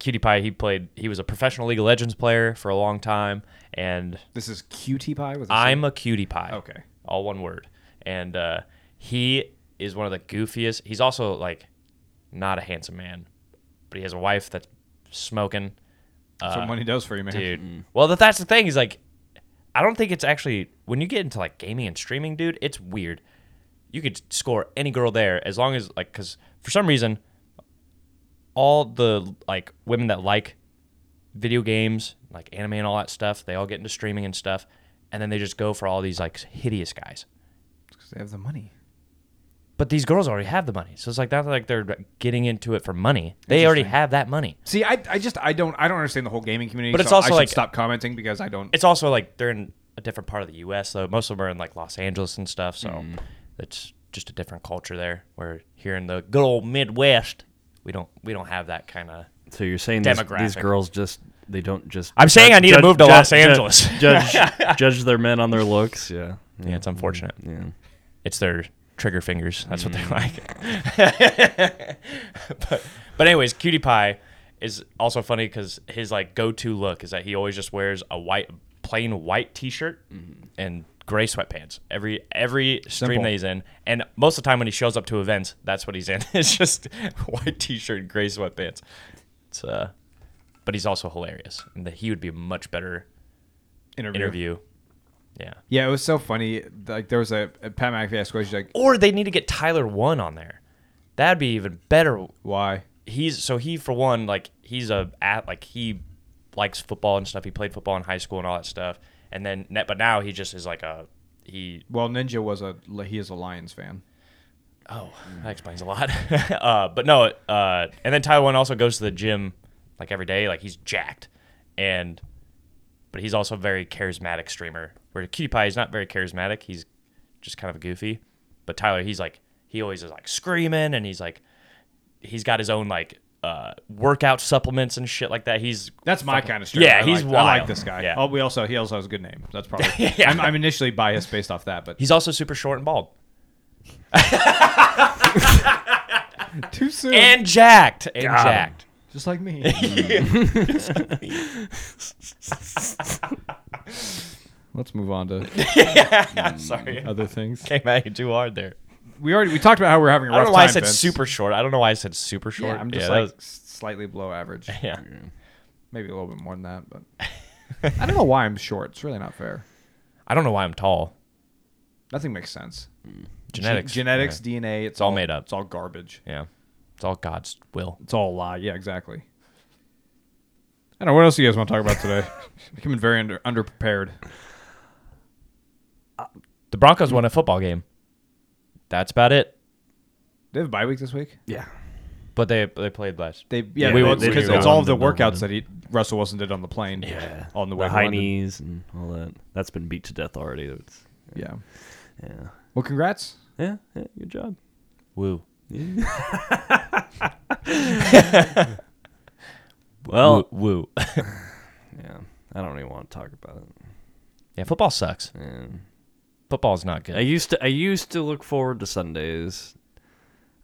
S2: cutie pie. He played. He was a professional League of Legends player for a long time, and
S1: This is cutie pie with a C?
S2: I'm a cutie pie.
S1: Okay.
S2: All one word. And uh, he is one of the goofiest. He's also like not a handsome man, but he has a wife that's smoking.
S1: That's what money does for you, man.
S2: uh, Dude. Well, th- that's the thing. He's like, I don't think it's actually when you get into like gaming and streaming, dude. It's weird. You could score any girl there as long as like, because for some reason, all the like women that like video games, like anime and all that stuff, they all get into streaming and stuff, and then they just go for all these like hideous guys.
S1: because they have the money.
S2: But these girls already have the money, so it's like not like they're getting into it for money. They already have that money.
S1: See, I, I just I don't I don't understand the whole gaming community.
S2: But it's
S1: so
S2: also
S1: I should
S2: like-
S1: stop commenting because I don't.
S2: it's also like they're in a different part of the U.S. though. Most of them are in like Los Angeles and stuff, so it's just a different culture there. Where here in the good old Midwest, we don't we don't have that kind of.
S3: So you're saying these, these
S2: Demographic.
S3: girls just they don't just.
S2: I'm saying I need to move to Los
S3: ju-
S2: Angeles.
S3: judge judge their men on their looks. Yeah.
S2: Yeah, it's unfortunate.
S3: Yeah.
S2: It's their trigger fingers. That's what they like. but but anyways, Cutie Pie is also funny because his like go to look is that he always just wears a white plain white T-shirt and gray sweatpants. Every every stream
S1: Simple.
S2: that he's in, and most of the time when he shows up to events, that's what he's in. it's just white T-shirt, and gray sweatpants. It's uh, but he's also hilarious, and that he would be a much better interview. Yeah.
S1: Yeah, it was so funny. Like there was a, a Pat McAfee asked questions like,
S2: Or they need to get Tyler one on there. That'd be even better
S1: "Why?"
S2: he's so he for one like he's a at like he likes football and stuff. He played football in high school and all that stuff. And then net, but now he just is like a he.
S1: Well, Ninja was a he is a Lions fan.
S2: Oh, that explains a lot. uh, but no, uh, and then Taiwan also goes to the gym like every day. Like he's jacked, and but he's also a very charismatic streamer. Where Cutie Pie is not very charismatic. He's just kind of goofy. But Tyler, he's like he always is like screaming, and he's like he's got his own like uh, workout supplements and shit like that. He's
S1: That's my kind of streamer.
S2: Yeah,
S1: I
S2: he's
S1: like,
S2: wild.
S1: I like this guy.
S2: Yeah.
S1: Oh, we also he also has a good name. That's probably.
S2: Yeah.
S1: I'm, I'm initially biased based off that, but
S2: He's also super short and bald
S1: too soon.
S2: and jacked and
S3: Got him.
S2: jacked.
S1: Just like me. Let's move on to
S2: Sorry,
S1: other things.
S2: came at you too hard there.
S1: We already we talked about how we we're having a
S2: I
S1: rough
S2: don't know why I
S1: time,
S2: said
S1: Vince.
S2: super short. I don't know why I said super short.
S1: Yeah, I'm just
S2: that
S1: like s- slightly below average.
S2: was- yeah.
S1: Maybe a little bit more than that, but I don't know why I'm short. It's really not fair.
S2: I don't know why I'm tall.
S1: Nothing makes sense. Ge-
S2: Genetics.
S1: genetics, DNA. It's, all,
S2: all made up.
S1: It's all garbage.
S2: Yeah. It's all God's will.
S1: It's all a lie. Yeah, exactly. I don't know what else you guys want to talk about today. I'm coming very under, underprepared.
S2: The Broncos won a football game. That's about it.
S1: They have a bye week this week.
S3: Yeah.
S2: But they they played last.
S1: They yeah,
S3: we
S1: they-
S3: won't-
S1: because
S3: we
S1: it's all
S3: won't
S1: of the
S3: know about
S1: workouts
S3: it.
S1: that he Russell Wilson did on the plane. Yeah, on the way
S3: The
S1: to
S3: high
S1: London.
S3: knees and all that. That's been beat to death already. It's,
S1: Yeah.
S3: yeah.
S1: Well, congrats.
S3: yeah. Yeah. Good job.
S2: Woo.
S3: Well,
S2: woo. woo.
S3: yeah. I don't even want to talk about it.
S2: yeah, football sucks.
S3: Yeah. Uh,
S2: Football's not good.
S3: I used to I used to look forward to Sundays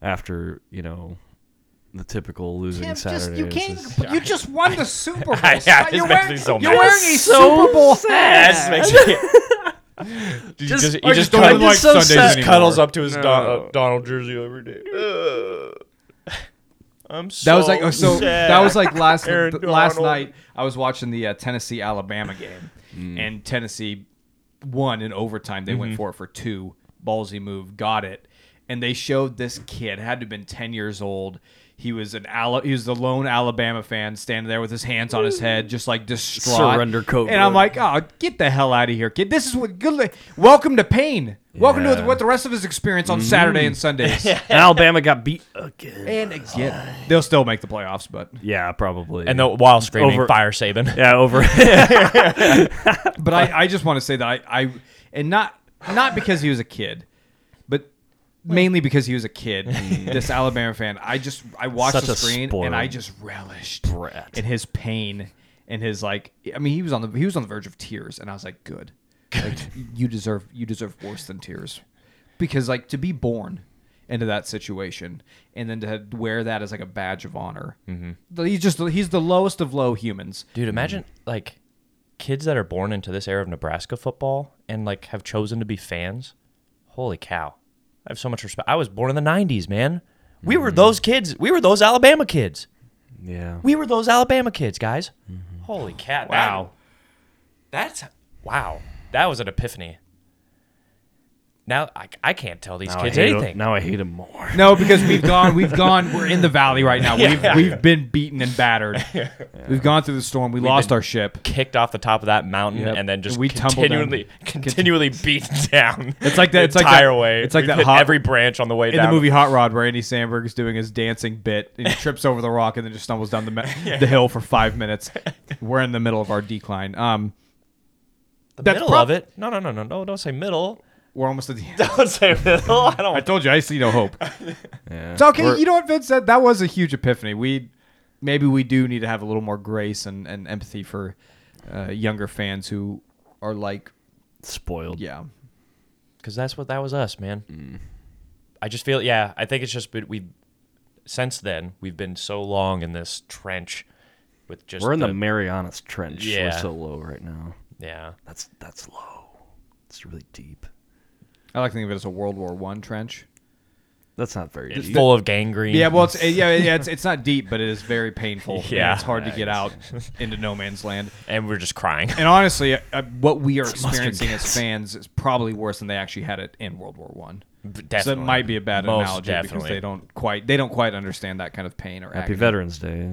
S3: after, you know, the typical losing Saturdays. It's-
S1: you just won the Super Bowl.
S2: Yeah, Scott. this You're makes wearing- me so you're mad.
S1: a
S3: so Super Bowl
S2: Yeah, it just makes you- Dude, you
S3: Just-
S2: just, you
S1: I
S2: just
S1: just don't
S2: cuddle-
S1: like
S3: just so
S1: Sundays
S3: sad.
S2: just
S1: anymore.
S2: cuddles up to his Don-
S3: No.
S2: uh, Donald jersey every day. Ugh. I'm so
S1: That was like oh, so
S2: sad.
S1: that was like last
S2: Aaron
S1: th- last
S2: Donald.
S1: night. I was watching the uh, Tennessee Alabama game,
S3: Mm.
S1: and Tennessee won in overtime. They
S3: Mm-hmm.
S1: went for it for two. Ballsy move, got it, and they showed this kid had to have been ten years old. He was an Ala- he was the lone Alabama fan standing there with his hands on his head, just like distraught.
S3: Surrender code
S1: And I'm
S3: word.
S1: like, oh, get the hell out of here, kid. This is what good. Li- Welcome to pain. Welcome to
S3: Yeah. Mm.
S1: what the rest of his experience on Saturday and Sundays.
S3: Alabama got beat again.
S1: And again, they'll still make the playoffs, but
S3: yeah, probably.
S2: and the while screaming
S3: Over-
S2: fire Saban.
S3: yeah, over.
S1: but I, I just want to say that I, I and not not because he was a kid, but mainly because he was a kid. this Alabama fan, I just I watched
S3: Such
S1: the
S3: a
S1: screen
S3: spoiled
S1: and I just relished
S3: brat.
S1: in his pain and his like. I mean, he was on the he was on the verge of tears, and I was like, good, Like, you deserve you deserve worse than tears, because like to be born into that situation and then to wear that as like a badge of honor. Mm-hmm. He's just he's the lowest of low humans.
S2: Dude,
S3: Mm.
S2: imagine like kids that are born into this era of Nebraska football and like have chosen to be fans. Holy cow. I have so much respect. I was born in the 90s, man. We
S3: Mm.
S2: were those kids. We were those Alabama kids.
S3: yeah.
S2: We were those Alabama kids, guys.
S3: Mm-hmm.
S2: Holy cat. that-
S1: Wow.
S2: that's wow. That was an epiphany. Now I, I can't tell these
S3: Now I
S2: kids
S3: hate 'em-
S2: anything.
S3: Now I hate him more.
S1: No, because we've gone, we've gone, we're in the valley right now. We've
S2: Yeah.
S1: we've been beaten and battered. We've gone through the storm. We lost
S2: been-
S1: our ship.
S2: Kicked off the top of that mountain
S1: Yep.
S2: and then just
S1: We tumbled down.
S2: continually continually beat down.
S1: It's like that-
S2: the
S1: it's like
S2: entire
S1: that-
S2: way.
S1: it's like
S2: We've
S1: that
S2: hit
S1: hot-
S2: every branch on the way
S1: In
S2: down.
S1: the movie Hot Rod, where Andy Samberg is doing his dancing bit and he trips over the rock and then just stumbles down the me- the hill for five minutes. We're in the middle of our decline. Um,
S2: The
S1: That's
S2: middle
S1: prob-
S2: of it? No, no, no, no, no. Don't say middle.
S1: we're almost at the end.
S2: Don't say middle. I
S1: I
S2: don't.
S1: told you, I see no hope.
S3: Yeah.
S1: It's okay.
S3: We're-
S1: you know what Vince said? That was a huge epiphany. We maybe we do need to have a little more grace and, and empathy for uh, younger fans who are like,
S3: spoiled.
S1: yeah,
S2: Because that's what that was us, man. I just feel. Yeah, I think it's just been we. Since then, we've been so long in this trench with just
S3: We're in the Marianas Trench.
S2: Yeah.
S3: We're so low right now.
S2: Yeah.
S3: That's that's low. It's really deep.
S1: I like to think of it as a World War One trench.
S3: That's not very
S2: It's
S3: deep.
S2: full of gangrene.
S1: Yeah, well, it's, yeah, yeah, it's, it's not deep, but it is very painful.
S2: Yeah.
S1: Yeah, it's hard to get out into no man's land.
S2: and we're just crying.
S1: And honestly, uh, what we are
S3: mustard
S1: experiencing as
S3: gas.
S1: fans is probably worse than they actually had it in World War One.
S2: Definitely.
S1: So that might be a bad
S2: Most
S1: analogy because
S2: definitely.
S1: they don't quite they don't quite understand that kind of pain or
S3: Happy
S1: agony.
S3: Veterans Day.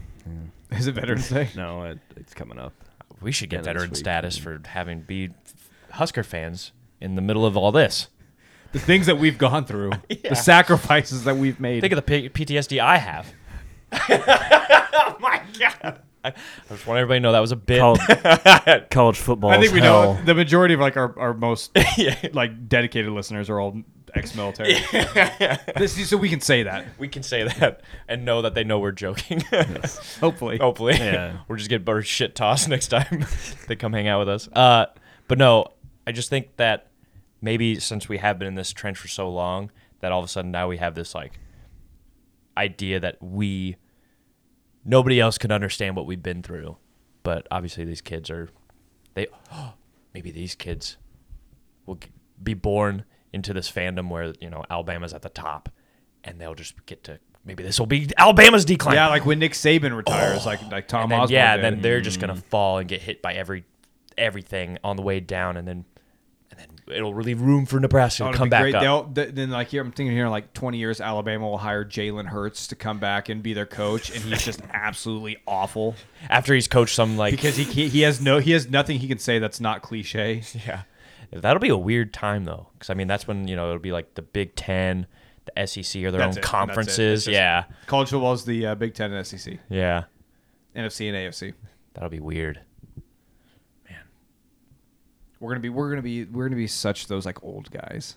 S1: Is it Veterans Day?
S3: No, it, it's coming up.
S2: We should get
S3: Yeah, that's
S2: veteran
S3: weak.
S2: status for having be Husker fans in the middle of all this.
S1: The things that we've gone through, the sacrifices that we've made.
S2: Think of the P- PTSD I have. oh
S1: Oh
S2: my god! I, I just want everybody to know that was a bit.
S3: College, college football.
S1: I think
S3: is
S1: we
S3: hell.
S1: know the majority of like our, our most like dedicated listeners are all ex-military. This- so we can say that
S2: we can say that and know that they know we're joking.
S1: hopefully.
S2: Hopefully,
S3: Yeah.
S2: we're just getting better shit tossed next time they come hang out with us. Uh, but no, I just think that maybe since we have been in this trench for so long, that all of a sudden now we have this like idea that we nobody else can understand what we've been through. But obviously, these kids are they maybe these kids will g- be born into this fandom where you know Alabama's at the top, and they'll just get to maybe this will be Alabama's decline.
S1: Yeah, like when Nick Saban retires, like like Tom
S2: Oh. And then,
S1: Osborne.
S2: yeah,
S1: did.
S2: then they're just gonna fall and get hit by every everything on the way down, and then and then it'll leave room for Nebraska
S1: Oh,
S2: to
S1: it'd
S2: come
S1: be
S2: back
S1: great.
S2: up.
S1: They'll, th- then like here, I'm thinking here, like 20 years, Alabama will hire Jalen Hurts to come back and be their coach, and he's just absolutely awful
S2: after he's coached some like
S1: because he can't, he has no he has nothing he can say that's not cliche.
S2: yeah, that'll be a weird time though, because I mean that's when you know it'll be like the Big Ten, the SEC, or their
S1: That's it. That's
S2: own
S1: it.
S2: conferences.
S1: It's just-
S2: yeah,
S1: College football is the uh, Big Ten and SEC,
S2: yeah,
S1: NFC and AFC.
S2: that'll be weird.
S1: We're gonna be we're gonna be we're gonna be such those like old guys.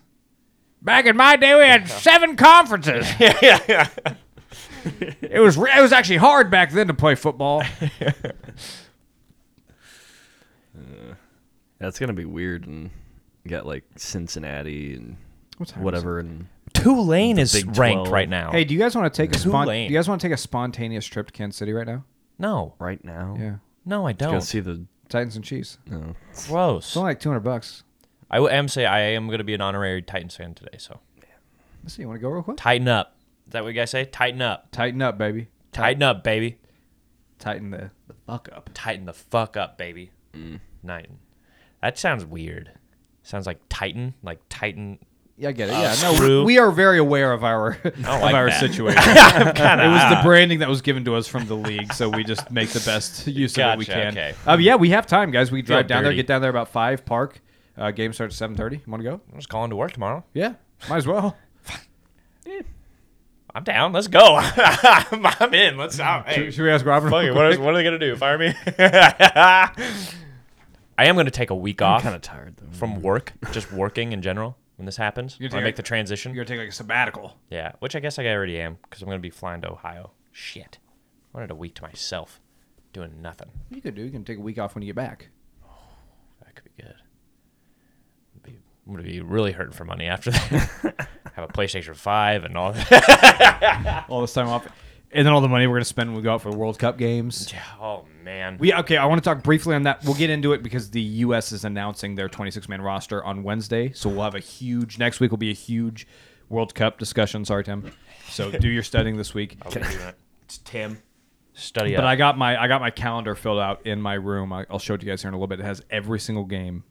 S1: Back in my day, we had seven conferences. it was re- it was actually hard back then to play football.
S3: That's gonna be weird and you got like Cincinnati and
S1: What time is
S3: whatever and
S2: Tulane is
S3: Big
S2: ranked
S3: 12.
S2: right now.
S1: Hey, do you guys want to take a spon-
S2: Tulane.
S1: Do you guys want to take a spontaneous trip to Kansas City right now?
S2: no,
S3: right now.
S1: Yeah,
S2: no, I
S3: Go
S2: don't.
S3: see the
S1: Titans and Chiefs. It's
S3: no.
S2: Gross.
S1: only like two hundred bucks.
S2: I w- am say I am gonna be an honorary Titans fan today, so
S1: Let's see. You want to go real quick?
S2: tighten up. Is that what you guys say? Tighten up.
S1: Tighten up, baby.
S2: Tighten up, baby.
S1: Tighten the, the fuck up.
S2: tighten the fuck up, baby. Tighten. That sounds weird. Sounds like Titan, like Titan.
S1: Yeah, I get it. Yeah, no,
S2: screw.
S1: we, we are very aware of our of
S2: like
S1: our
S2: that.
S1: situation. it was the branding that was given to us from the league, so we just make the best use of it we
S2: Gotcha,
S1: can.
S2: okay.
S1: Um, yeah, we have time, guys. We
S2: Feel
S1: drive down there,
S2: dirty.
S1: get down there about five. Park. Uh, game starts at seven thirty. You want to go?
S2: I'm just calling to work tomorrow.
S1: Yeah, might as well.
S2: I'm down. Let's go. I'm, I'm in. Let's out. Hey,
S1: Should, should we ask Robin?
S2: fuck it.
S1: real
S2: What, is,
S1: quick?
S2: what are they gonna do? Fire me? I am gonna take a week
S3: I'm
S2: off
S3: kind of tired though.
S2: from work, just working in general. When this happens,
S1: You're
S2: when I
S1: taking-
S2: make the transition.
S1: You're gonna take like a sabbatical.
S2: Yeah, which I guess I already am because I'm gonna be flying to Ohio. Shit, I wanted a week to myself, doing nothing.
S1: You could do. You can take a week off when you get back.
S2: That could be good. Be- I'm gonna be really hurting for money after that. Have a PlayStation Five and all that.
S1: all this time off, and then all the money we're gonna spend when we go out for the World Cup games.
S2: Yeah, oh man.
S1: We okay. I want to talk briefly on that. We'll get into it because the U.S. is announcing their 26-man roster on Wednesday, so we'll have a huge next week. Will be a huge World Cup discussion. Sorry, Tim. So do your studying this week.
S2: I'll be doing it. It's Tim. Study
S1: But
S2: up.
S1: I got my I got my calendar filled out in my room. I, I'll show it to you guys here in a little bit. It has every single game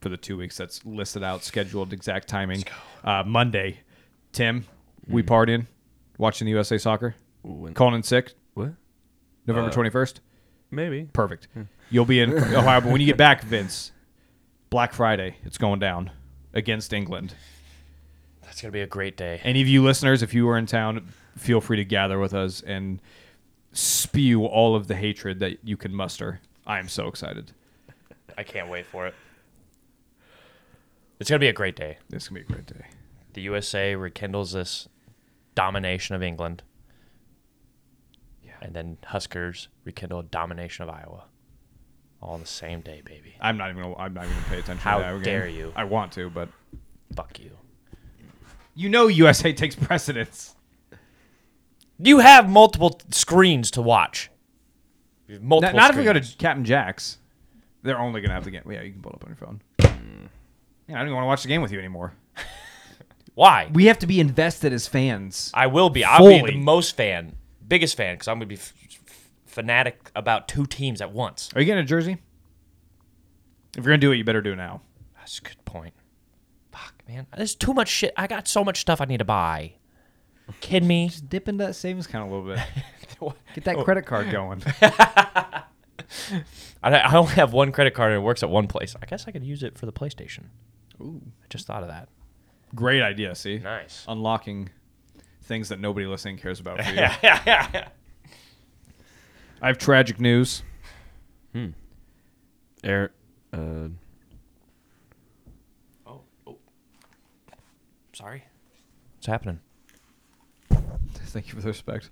S1: for the two weeks that's listed out, scheduled, exact timing. Uh, Monday, Tim, we partying, watching the USA soccer.
S3: When-
S1: Calling in sick,
S3: What?
S1: November twenty first.
S3: Maybe.
S1: Perfect. You'll be in Ohio, but when you get back, Vince, Black Friday, it's going down against England.
S2: That's gonna be a great day.
S1: Any of you listeners, if you are in town, feel free to gather with us and spew all of the hatred that you can muster. I am so excited.
S2: I can't wait for it. It's gonna be a great day.
S1: This gonna be a great day.
S2: The USA rekindles this domination of England. Yeah. And then Huskers rekindle a domination of Iowa. All on the same day, baby.
S1: I'm not even. Gonna, I'm not even gonna pay attention.
S2: How
S1: to that game.
S2: dare you.
S1: I want to, but
S2: Fuck you.
S1: you know USA takes precedence.
S2: You have multiple t- screens to watch. You have
S1: Not,
S2: Multiple
S1: not if we go
S2: screens.
S1: to Captain Jack's. They're only gonna have the game. Yeah, you can pull it up on your phone. Hmm. Yeah, I don't even want to watch the game with you anymore.
S2: Why?
S1: We have to be invested as fans.
S2: I will be. I'll be
S1: Fully.
S2: the most fan, biggest fan, because I'm gonna be f- f- fanatic about two teams at once.
S1: Are you getting a jersey? If you're gonna do it, you better do it now.
S2: That's a good point. Fuck, man, there's too much shit. I got so much stuff I need to buy. Kid me?
S1: Just dip into that savings account a little bit. Get that credit card going.
S2: I, I only have one credit card and it works at one place. I guess I could use it for the PlayStation.
S1: Ooh.
S2: I just thought of that.
S1: Great idea. See,
S2: Nice.
S1: unlocking things that nobody listening cares about. For you.
S2: Yeah, yeah, yeah, yeah.
S1: I have tragic news.
S3: Air. Uh,
S2: Oh, oh. Sorry. What's happening?
S1: Thank you for the respect.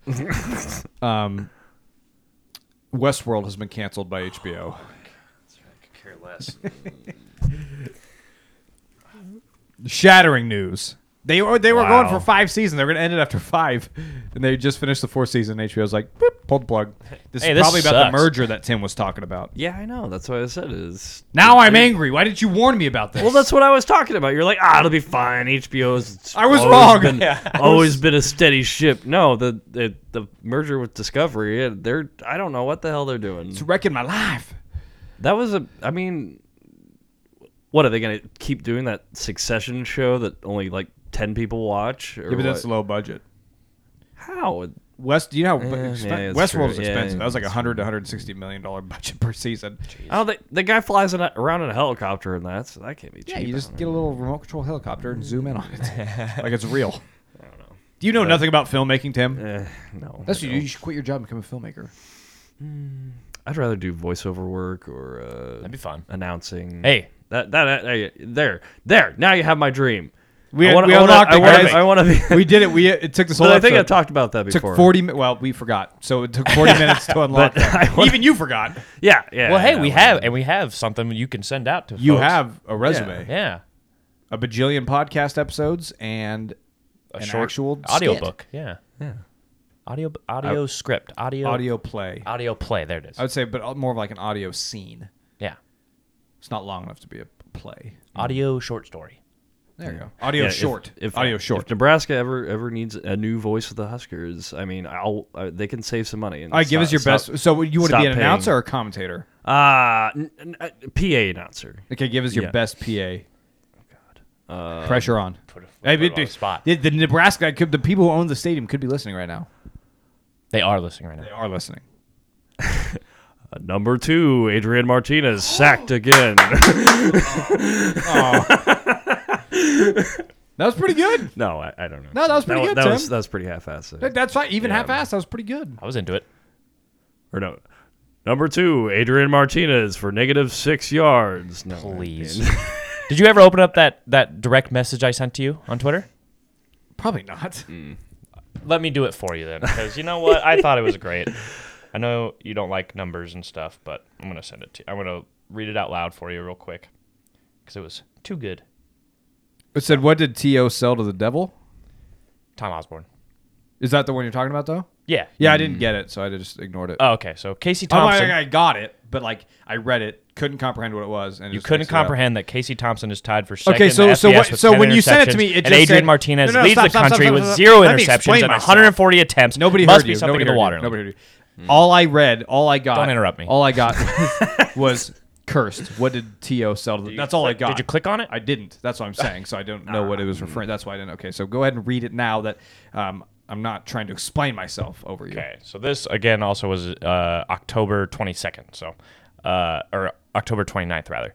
S1: um, Westworld has been canceled by HBO.
S2: I could care less.
S1: Shattering news. They were they were going
S3: Wow.
S1: for five seasons. They were going to end it after five, and they just finished the fourth season. And HBO's like, Boop, pulled the plug. This
S2: Hey,
S1: is
S2: this
S1: probably about the
S2: sucks.
S1: merger that Tim was talking about.
S3: yeah, I know. That's what I said. Is
S1: Now I'm angry. Why didn't you warn me about this?
S3: well, that's what I was talking about. You're like, ah, it'll be fine. HBO's.
S1: I was
S3: always
S1: wrong.
S3: Been,
S1: Yeah.
S3: Always been a steady ship. No, the the, the merger with Discovery. it- They're. I don't know what the hell they're doing.
S1: it's wrecking my life.
S3: That was a. I mean, what are they gonna keep doing that Succession show that only like ten people watch? Or
S1: Yeah, but that's
S3: what?
S1: low budget.
S3: how?
S1: West, you know,
S3: Yeah,
S1: expen-
S3: yeah, that's
S1: Westworld
S3: true.
S1: is
S3: Yeah,
S1: expensive.
S3: yeah,
S1: that was like a
S3: that's
S1: hundred to hundred sixty million dollar budget per season.
S3: Oh, the, the guy flies in a, around in a helicopter, and that's that can't be cheap.
S1: Yeah, you
S3: I
S1: just
S3: don't
S1: get a
S3: know.
S1: little remote control helicopter and zoom in on it, like it's real. I don't know. Do you know nothing about filmmaking, Tim?
S3: Eh, no,
S1: That's
S3: I
S1: what you. do. You should quit your job and become a filmmaker.
S3: don't. I'd rather do voiceover work or uh,
S2: That'd be fun.
S3: announcing.
S2: Hey,
S3: that that, that- hey, there, there. Now you have my dream.
S1: We-
S3: I wanna,
S1: we
S3: I wanna,
S1: unlocked
S3: I
S1: it,
S3: wanna,
S1: guys.
S3: I wanna be.
S1: We did it. We it took this whole.
S3: but I think I
S1: episode.
S3: talked about that
S1: It took
S3: before.
S1: forty. Mi- well, we forgot, so it took forty minutes to unlock.
S3: But
S1: that.
S3: I wanna-
S1: Even you forgot.
S3: Yeah, yeah.
S2: well, hey,
S3: yeah,
S2: we
S3: I
S2: have
S3: wanna-
S2: and we have something you can send out to.
S1: You
S2: folks.
S1: have a resume,
S2: yeah,
S1: a bajillion podcast episodes, and
S2: a
S1: an
S2: short
S1: actual
S2: audio
S1: skit.
S2: book. Yeah,
S3: Yeah.
S2: audio audio script, audio
S1: audio play.
S2: audio play. There it is.
S1: I would say, but uh, more of like an audio scene.
S2: yeah,
S1: It's not long enough to be a play.
S2: audio short story.
S1: There you go. Audio
S3: Hmm. Yeah, if-
S1: short.
S3: If,
S1: audio
S3: if
S1: short.
S3: Nebraska ever ever needs a new voice of the Huskers, I mean, I'll uh, they can save some money. And
S1: All right, give
S3: stop-
S1: us your
S3: stop-
S1: best. So you want to
S3: stop
S1: be an
S3: paying.
S1: announcer or a commentator?
S3: Uh, n- n- uh, PA announcer.
S1: Okay, give us your
S3: Yeah.
S1: best PA. Pressure on.
S2: Uh, Put a,
S1: Hey,
S2: put it
S1: but-
S2: on the spot.
S1: The, the Nebraska could, the people who own the stadium could be listening right now.
S2: They are listening right now.
S1: They are listening.
S3: Uh, number two, Adrian Martinez sacked again.
S1: That was pretty good.
S3: no, I, I don't know.
S1: No, that was pretty
S3: wa-
S1: good,
S3: That
S1: Tim.
S3: was that was pretty half-assed.
S1: That- That's right. Even
S3: Yeah.
S1: half-assed. That was pretty good.
S2: I was into it.
S3: or no. Number two, Adrian Martinez for negative six yards. No, I
S2: Please.
S3: mean-
S2: Did you ever open up that that direct message I sent to you on Twitter?
S1: Probably not.
S2: Mm. Let me do it for you then, because you know what? I thought it was great. I know you don't like numbers and stuff, but I'm gonna send it to. you. I'm gonna read it out loud for you real quick, because it was too good.
S1: It said, "What did To sell to the devil?"
S2: Tom Osborne.
S1: Is that the one you're talking about, though?
S2: Yeah.
S1: Yeah, I didn't get it, so I just ignored it.
S2: Oh, okay. So Casey
S1: Oh, I,
S2: Mm. Thompson.
S1: I got it, but like I read it, couldn't comprehend what it was, and it
S2: you
S1: just
S2: couldn't
S1: mixed it up.
S2: comprehend that Casey Thompson is tied for second.
S1: Okay, so
S2: in
S1: so
S2: FBS
S1: what,
S2: with
S1: so
S2: 10
S1: when you sent it to
S2: interceptions,
S1: me, it
S2: and
S1: just
S2: Adrian
S1: said-
S2: Martinez
S1: No, no, no,
S2: leads
S1: stop,
S2: the
S1: stop, stop,
S2: country
S1: stop,
S2: with
S1: stop.
S2: zero
S1: Let me
S2: interceptions
S1: explain
S2: and
S1: myself.
S2: 140 attempts.
S1: Nobody
S2: must
S1: heard
S2: be
S1: you.
S2: something
S1: Nobody
S2: in the
S1: heard
S2: water.
S1: You. Nobody heard you. All I read, all I got.
S2: Mm. Don't interrupt me.
S1: All I got was cursed. What did To sell to? The, that's all I
S2: click-
S1: got.
S2: did you click on it? Ah.
S1: I didn't. That's what I'm saying. So I don't know what it was referring. That's why I didn't. Okay, so go ahead and read it now. That um, I'm not trying to explain myself over you.
S2: Okay, so this again also was uh, October 22nd, so uh, or October 29th rather.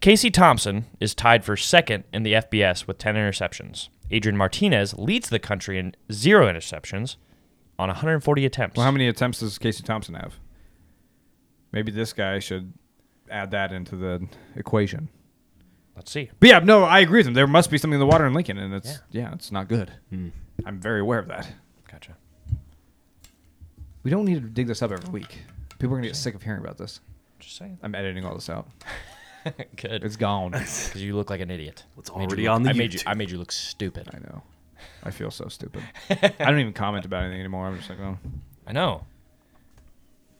S2: Casey Thompson is tied for second in the FBS with 10 interceptions. Adrian Martinez leads the country in zero interceptions on 140 attempts.
S1: Well, how many attempts does Casey Thompson have? Maybe this guy should add that into the equation.
S2: Let's see.
S1: But yeah, no, I agree with him. There must be something in the water in Lincoln, and it's yeah, it's not good.
S2: Hmm.
S1: I'm very aware of that.
S2: Gotcha.
S1: We don't need to dig this up every week. People are gonna get sick of hearing about this.
S2: Just saying.
S1: I'm editing all this out.
S2: Good.
S1: It's gone.
S2: Because you look like an idiot.
S3: It's
S2: I made
S3: already
S2: you look-
S3: on the
S2: I made you.
S3: YouTube.
S2: I made you look stupid.
S1: I know. I feel so stupid. I don't even comment about anything anymore. I'm just like, oh,
S2: I know.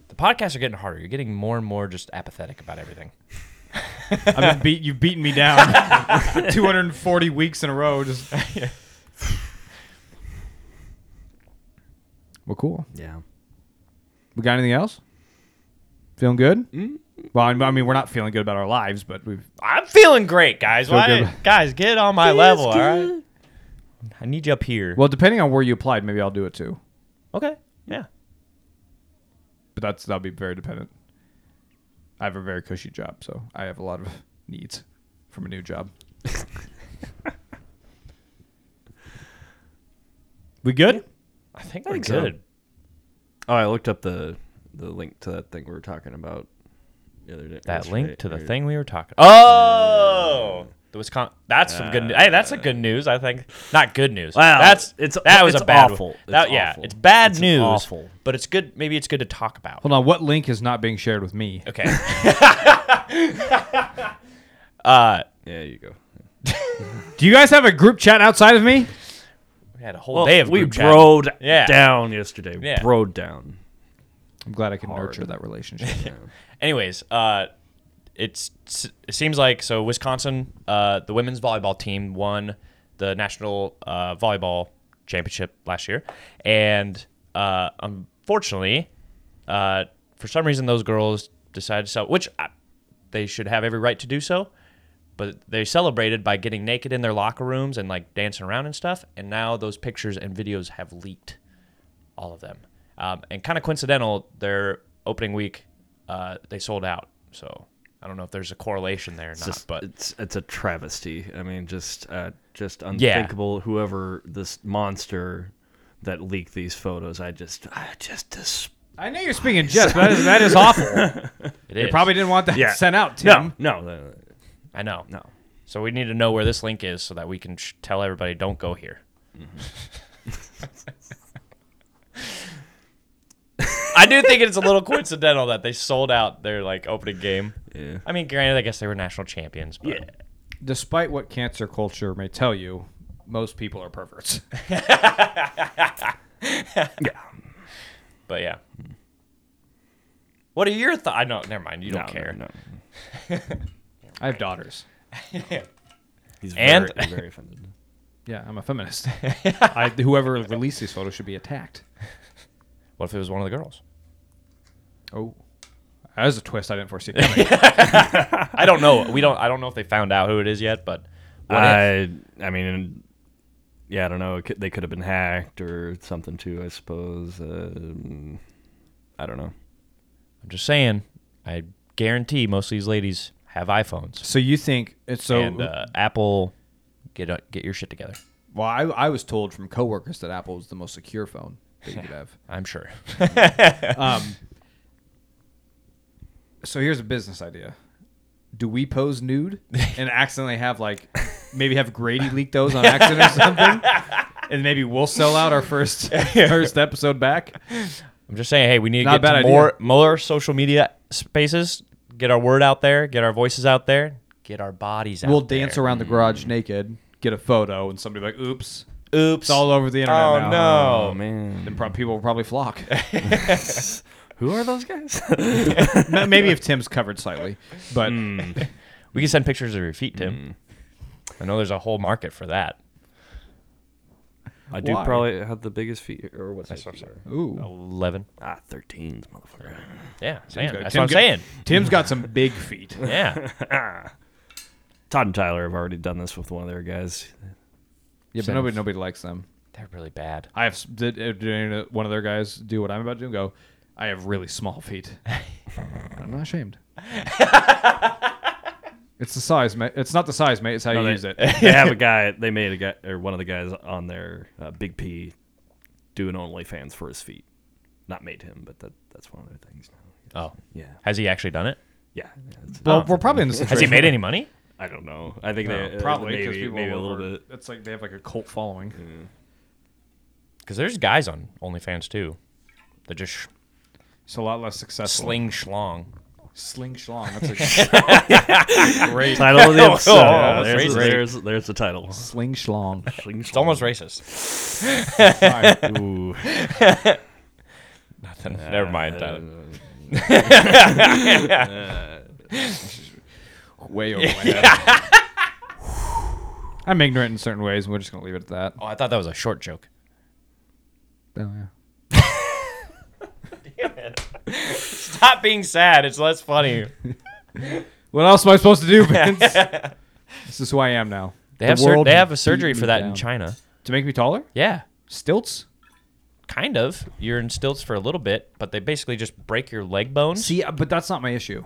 S2: The podcasts are getting harder. You're getting more and more just apathetic about everything.
S1: I've been beat. You've beaten me down 240 weeks in a row. Just well, cool.
S3: Yeah.
S1: We got anything else? Feeling good? Well, I I mean, we're not feeling good about our lives, but we've
S2: I'm feeling great, guys. Why
S1: good.
S2: don't- guys, get on my level, all right? I need you up here.
S1: well, depending on where you applied, maybe I'll do it too.
S2: okay. Yeah.
S1: But that's that'll be very dependent. I have a very cushy job, so I have a lot of needs from a new job. we good?
S2: I think
S3: I
S2: we're
S3: think so.
S2: good.
S3: Oh, I looked up the the link to that thing we were talking about the other day.
S2: That
S3: yesterday,
S2: link to the
S3: or-
S2: thing we were talking. Oh, the Wisconsin. That's some
S3: Uh,
S2: good. News. Hey, that's a good news. I think not good news.
S3: Wow,
S2: that's
S3: it's-
S2: that was
S3: it's
S2: a bad
S3: awful.
S2: one.
S3: It's
S2: That- yeah,
S3: awful.
S2: it's bad
S3: It's
S2: news.
S3: awful.
S2: but it's good. Maybe it's good to talk about.
S1: Hold on, what link is not being shared with me?
S2: Okay. uh,
S3: Yeah, you go.
S1: Do you guys have a group chat outside of me?
S2: we had a whole day of
S3: we
S2: group chat.
S3: broed
S2: Yeah.
S3: down yesterday.
S2: Yeah.
S3: Broed down.
S1: I'm glad I can nurture that relationship.
S2: Anyways, uh, it's it seems like so Wisconsin, uh, the women's volleyball team won the national uh, volleyball championship last year, and uh, unfortunately, uh, for some reason, those girls decided to sell, which I, they should have every right to do so. But they celebrated by getting naked in their locker rooms and like dancing around and stuff. And now those pictures and videos have leaked, all of them. Um, and kind of coincidental, their opening week, uh, they sold out. So I don't know if there's a correlation there or
S3: It's
S2: not.
S3: just,
S2: but
S3: it's it's a travesty. I mean, just uh, just unthinkable. Whoever this monster that leaked these photos, I just I just dis-
S1: I know you're speaking Jeff. That is, that is awful.
S2: it
S1: You
S2: is.
S1: probably didn't want that
S3: Yeah.
S1: sent out,
S3: no
S1: Tim.
S3: no uh, no,
S2: I know.
S3: no.
S2: So we need to know where this link is so that we can sh- tell everybody don't go here.
S3: Mm-hmm.
S2: I do think it's a little coincidental that they sold out their like opening game.
S3: Yeah.
S2: I mean, granted, I guess they were national champions. But yeah.
S1: Despite what cancer culture may tell you, most people are perverts.
S2: But yeah.
S3: Hmm.
S2: What are your thoughts? I know. Never mind. You don't
S3: No,
S2: care.
S3: no, no.
S1: I have daughters.
S3: He's
S2: And-
S3: very, very offended.
S1: Yeah, I'm a feminist. I, whoever released these photos should be attacked.
S2: What if it was one of the girls?
S1: Oh, that was a twist I didn't foresee coming.
S2: I don't know. We don't. I don't know if they found out who it is yet. But what if-
S3: I I mean, yeah, I don't know. It could, they could have been hacked or something too. I suppose. Um, I don't know.
S2: I'm just saying. I guarantee most of these ladies have iPhones.
S1: so you think it's so?
S2: and uh, Apple, get uh, get your shit together.
S1: well, I, I was told from coworkers that Apple was the most secure phone that you could have.
S2: I'm sure.
S1: Um, so here's a business idea. Do we pose nude and accidentally have like maybe have Grady leak those on accident or something? And maybe we'll sell out our first first episode back.
S2: I'm just saying, hey, we need to
S1: Not a
S2: get to
S1: bad
S2: more
S1: idea.
S2: more social media spaces. Get our word out there. Get our voices out there. Get our bodies out.
S1: We'll dance
S2: there.
S1: around the garage naked, get a photo, and somebody be like, "Oops,
S2: Oops!
S1: it's all over the internet
S2: oh
S1: now."
S2: no!
S3: man,
S1: Then prob- people will probably flock.
S3: who are those guys?
S1: Ma- maybe if Tim's covered slightly, but
S2: Hmm. We can send pictures of your feet,
S1: Mm.
S2: Tim. I know there's a whole market for that.
S3: I do
S1: Why?
S3: probably have the biggest feet, or what's that?
S2: Oh,
S1: ooh,
S2: Eleven.
S3: Ah, thirteens, motherfucker.
S2: Yeah, saying.
S1: got-
S2: that's
S1: Tim's
S2: what I'm
S1: got-
S2: saying.
S1: Tim's got some big feet.
S2: Yeah,
S3: Todd and Tyler have already done this with one of their guys.
S1: Yeah, but nobody nobody likes them.
S2: they're really bad.
S1: I have s- did, uh, did any of one of their guys do what I'm about to do and go, I have really small feet. I'm not ashamed. it's the size, mate. It's not the size, mate. It's how
S3: No,
S1: you
S3: they,
S1: use it.
S3: they have a guy. They made a guy or one of the guys on their uh, Big P do an OnlyFans for his feet. Not made him, but that that's one of their things now.
S2: Oh,
S3: Yeah,
S2: has he actually done it?
S3: yeah. it's-
S1: Well, we're probably in the situation.
S2: Has he made any money?
S3: I don't know. I think
S1: No,
S3: they uh,
S1: probably because
S3: maybe,
S1: people
S3: maybe a little
S1: are-
S3: bit. Mm.
S1: It's like they have like a cult following.
S2: Because there's guys on OnlyFans too, that just sh-
S1: It's a lot less successful.
S2: sling schlong.
S1: sling schlong. That's like great.
S3: Title of the episode.
S2: oh,
S3: there's,
S2: that's
S3: the-
S2: great.
S3: there's, there's the title.
S1: Sling schlong.
S2: It's almost racist.
S3: Ooh. Uh,
S2: Nothing. Never mind. Tyler.
S1: way over my head. I'm ignorant in certain ways, and we're just gonna leave it at that.
S2: Oh, I thought that was a short joke.
S1: Oh yeah.
S2: Stop being sad. It's less funny.
S1: What else am I supposed to do, Vince? this is who I am now.
S2: They
S1: The
S2: have sur-
S1: world
S2: they have a
S1: beat
S2: surgery
S1: me
S2: for that in
S1: down.
S2: China.
S1: to make me taller.
S2: Yeah,
S1: Stilts.
S2: kind of. You're in stilts for a little bit, but they basically just break your leg bones.
S1: See, uh, but that's not my issue.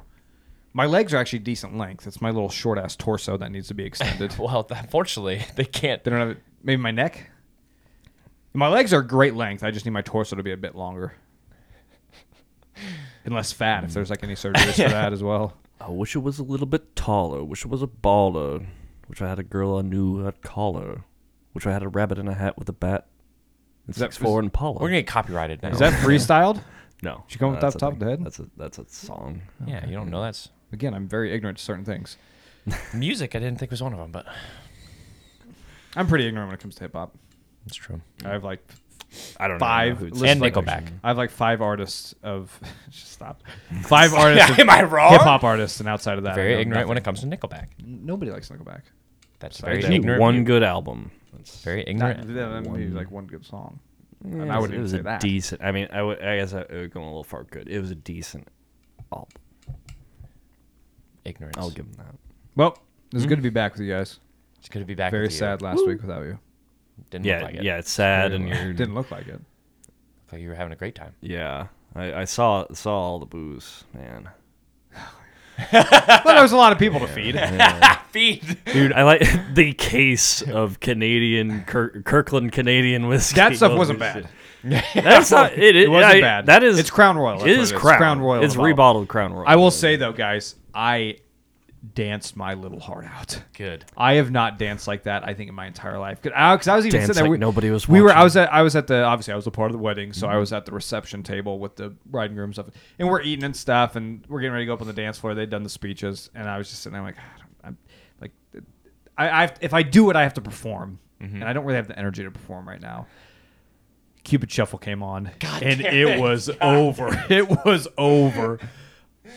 S1: My legs are actually decent length. It's my little short ass torso that needs to be extended.
S2: Well, unfortunately, they can't.
S1: they don't have it. Maybe my neck. My legs are great length. I just need my torso to be a bit longer. And less fat if there's like any surgeries for that as well.
S3: I wish it was a little bit taller. Wish it was a baller. Wish I had a girl I knew I'd call her. Wish I had a rabbit in a hat with a bat. And
S1: that
S3: six four and Paula.
S2: We're gonna get copyrighted now.
S1: Is that freestyled?
S3: no.
S1: She come
S3: no,
S1: with
S3: that's
S1: that
S3: a
S1: top
S3: thing.
S1: of the head?
S3: That's a that's a song.
S2: Yeah, you don't know that's
S1: Again, I'm very ignorant to certain things.
S2: music. I didn't think was one of them, but
S1: I'm pretty ignorant when it comes to hip hop.
S2: it's true.
S1: I have like
S3: I don't
S1: five
S3: know.
S1: lists
S2: And
S1: like-
S2: Nickelback.
S1: I have like five artists of just stop. Five artists. of
S2: Am I wrong?
S1: Hip hop artists, and outside of that, I
S2: Very
S1: know
S2: ignorant when it
S1: nothing.
S2: comes to Nickelback.
S1: Nobody likes Nickelback.
S2: That's
S1: Sorry,
S2: very
S1: Dude,
S2: ignorant.
S3: one
S2: view.
S3: good album. That's
S2: Very
S1: Not,
S2: ignorant.
S1: that would be
S3: One-
S1: like one good song.
S3: Yeah,
S1: and
S3: it
S1: I
S3: was-
S1: would
S3: it
S1: even
S3: was
S1: say
S3: a
S1: that.
S3: decent. I mean, I would. I guess I, it would go a little far. Good. It was a decent album.
S2: Ignorance.
S3: I'll give him that.
S1: Well, it was good to be back with you guys.
S2: It's good to be Hmm? back.
S1: Very
S2: with you.
S1: sad last week without you.
S2: Didn't
S3: Yeah,
S2: look like it.
S3: yeah. It's sad, and you're
S1: Didn't look like it.
S2: Looked like you were having a great time.
S3: yeah. I, I saw saw all the booze, man.
S1: But there was a lot of people to feed.
S2: Feed.
S3: Dude, I like the case of Canadian Kirk, Kirkland Canadian whiskey.
S1: That stuff
S3: Holy
S1: wasn't
S3: shit.
S1: bad.
S3: That's not it. It,
S1: It wasn't
S3: I-
S1: bad.
S3: That is
S1: It's Crown Royal, that's
S3: It
S1: what
S3: is
S1: it is.
S3: Crown,
S1: Crown Royal
S3: It's
S1: in a
S3: rebottled Crown Royal.
S1: I will say though, guys, I danced my little heart out.
S2: Good.
S1: I have not danced like that. I think in my entire life. Because I, 'cause I was even
S3: Dance
S1: sitting there.
S3: like
S1: we-
S3: nobody was
S1: We were. I
S3: watching. Mm-hmm.
S1: was at. I was at the. Obviously, I was a part of the wedding, so I was at the reception table with the bride and groom stuff, and we're eating and stuff, and we're getting ready to go up on the dance floor. They'd done the speeches, and I was just sitting there like, "God, I'm like, I, I if I do it, I have to perform,
S3: Mm-hmm.
S1: and I don't really have the energy to perform right now. Cupid Shuffle came on, and it, was over. It was over.
S2: I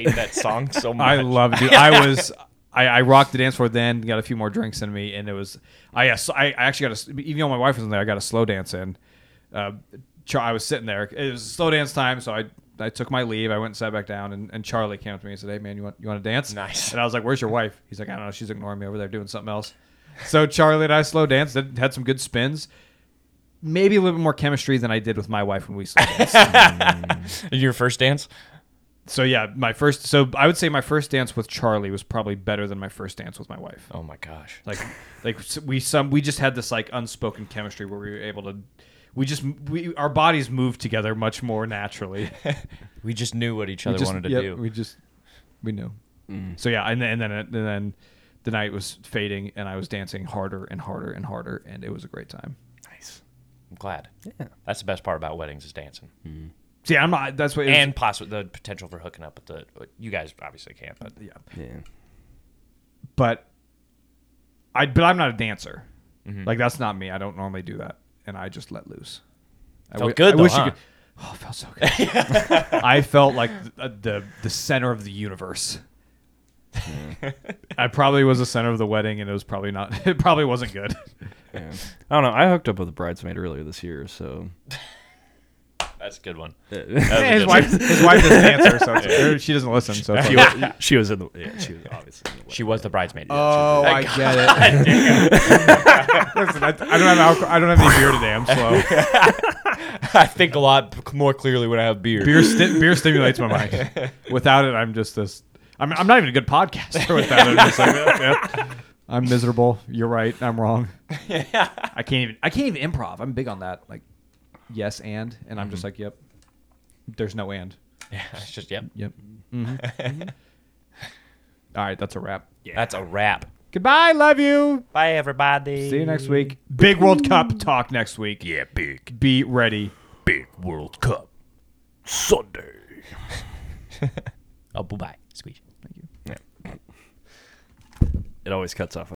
S2: hate that song so much.
S1: I love it. Dude. I was I, I rocked the dance floor then, got a few more drinks in me, and it was I I I actually got a s- even though my wife wasn't there, I got a slow dance in. Uh, Char- I was sitting there. It was slow dance time, so I I took my leave. I went and sat back down, and, and Charlie came up to me and said, "Hey man, you want you want to dance?"
S2: Nice.
S1: And I was like, "Where's your wife?" He's like, "I don't know. She's ignoring me over there doing something else." So Charlie and I slow danced. did- Had some good spins. Maybe a little bit more chemistry than I did with my wife when we slow danced.
S2: Your first dance?
S1: so yeah, my first. So I would say my first dance with Charlie was probably better than my first dance with my wife
S2: Oh my gosh.
S1: like like s- we some we just had this like unspoken chemistry where we were able to we just we our bodies moved together much more naturally
S2: We just knew what each other
S1: we just,
S2: wanted to
S1: yep,
S2: do. Mm.
S1: we just we knew so yeah and then and then and then the night was fading and i was dancing harder and harder and harder and it was a great time
S3: nice.
S2: I'm glad.
S3: Yeah.
S2: That's the best part about weddings is dancing.
S1: see i'm not that's what it was-
S2: And possible the potential for hooking up with the you guys obviously can't, but
S1: yeah
S3: Yeah.
S1: but i but i'm not a dancer
S2: Mm-hmm.
S1: like that's not me i don't normally do that and i just let loose I
S2: Felt
S1: wi-
S2: good
S1: I
S2: though,
S1: wish you
S2: huh?
S1: could- oh it felt so good I felt like the, the the center of the universe. I probably was the center of the wedding, and it was probably not. It probably wasn't good.
S3: yeah. I don't know. I hooked up with a bridesmaid earlier this year, so
S2: That's a good one.
S1: Eh, his
S2: good
S1: wife, his wife doesn't answer, so it's- or she doesn't listen. So it's
S3: she,
S1: fine.
S3: was, she was in the. Yeah, she was obviously. In the
S2: She was the bridesmaid.
S1: oh, I get it. listen, I, I don't have alcohol, I don't have any beer today. I'm slow.
S2: I think a lot c- more clearly when I have beer.
S1: Beer sti- beer stimulates my mind. Without it, I'm just this. I'm, I'm not even a good podcaster without it. I'm just like, yeah, yeah. I'm miserable. You're right. I'm wrong. I can't even I can't even improv. I'm big on that. Like yes and and I'm just like, yep. There's no and.
S2: It's just yep.
S1: Yep. All right, that's a wrap.
S2: That's a wrap.
S1: Goodbye, love you.
S2: Bye everybody.
S1: See you next week. Big World Cup talk next week.
S4: Yeah, big,
S1: Be ready.
S4: big World Cup Sunday.
S2: Oh bye bye. Squeeze.
S3: It always cuts off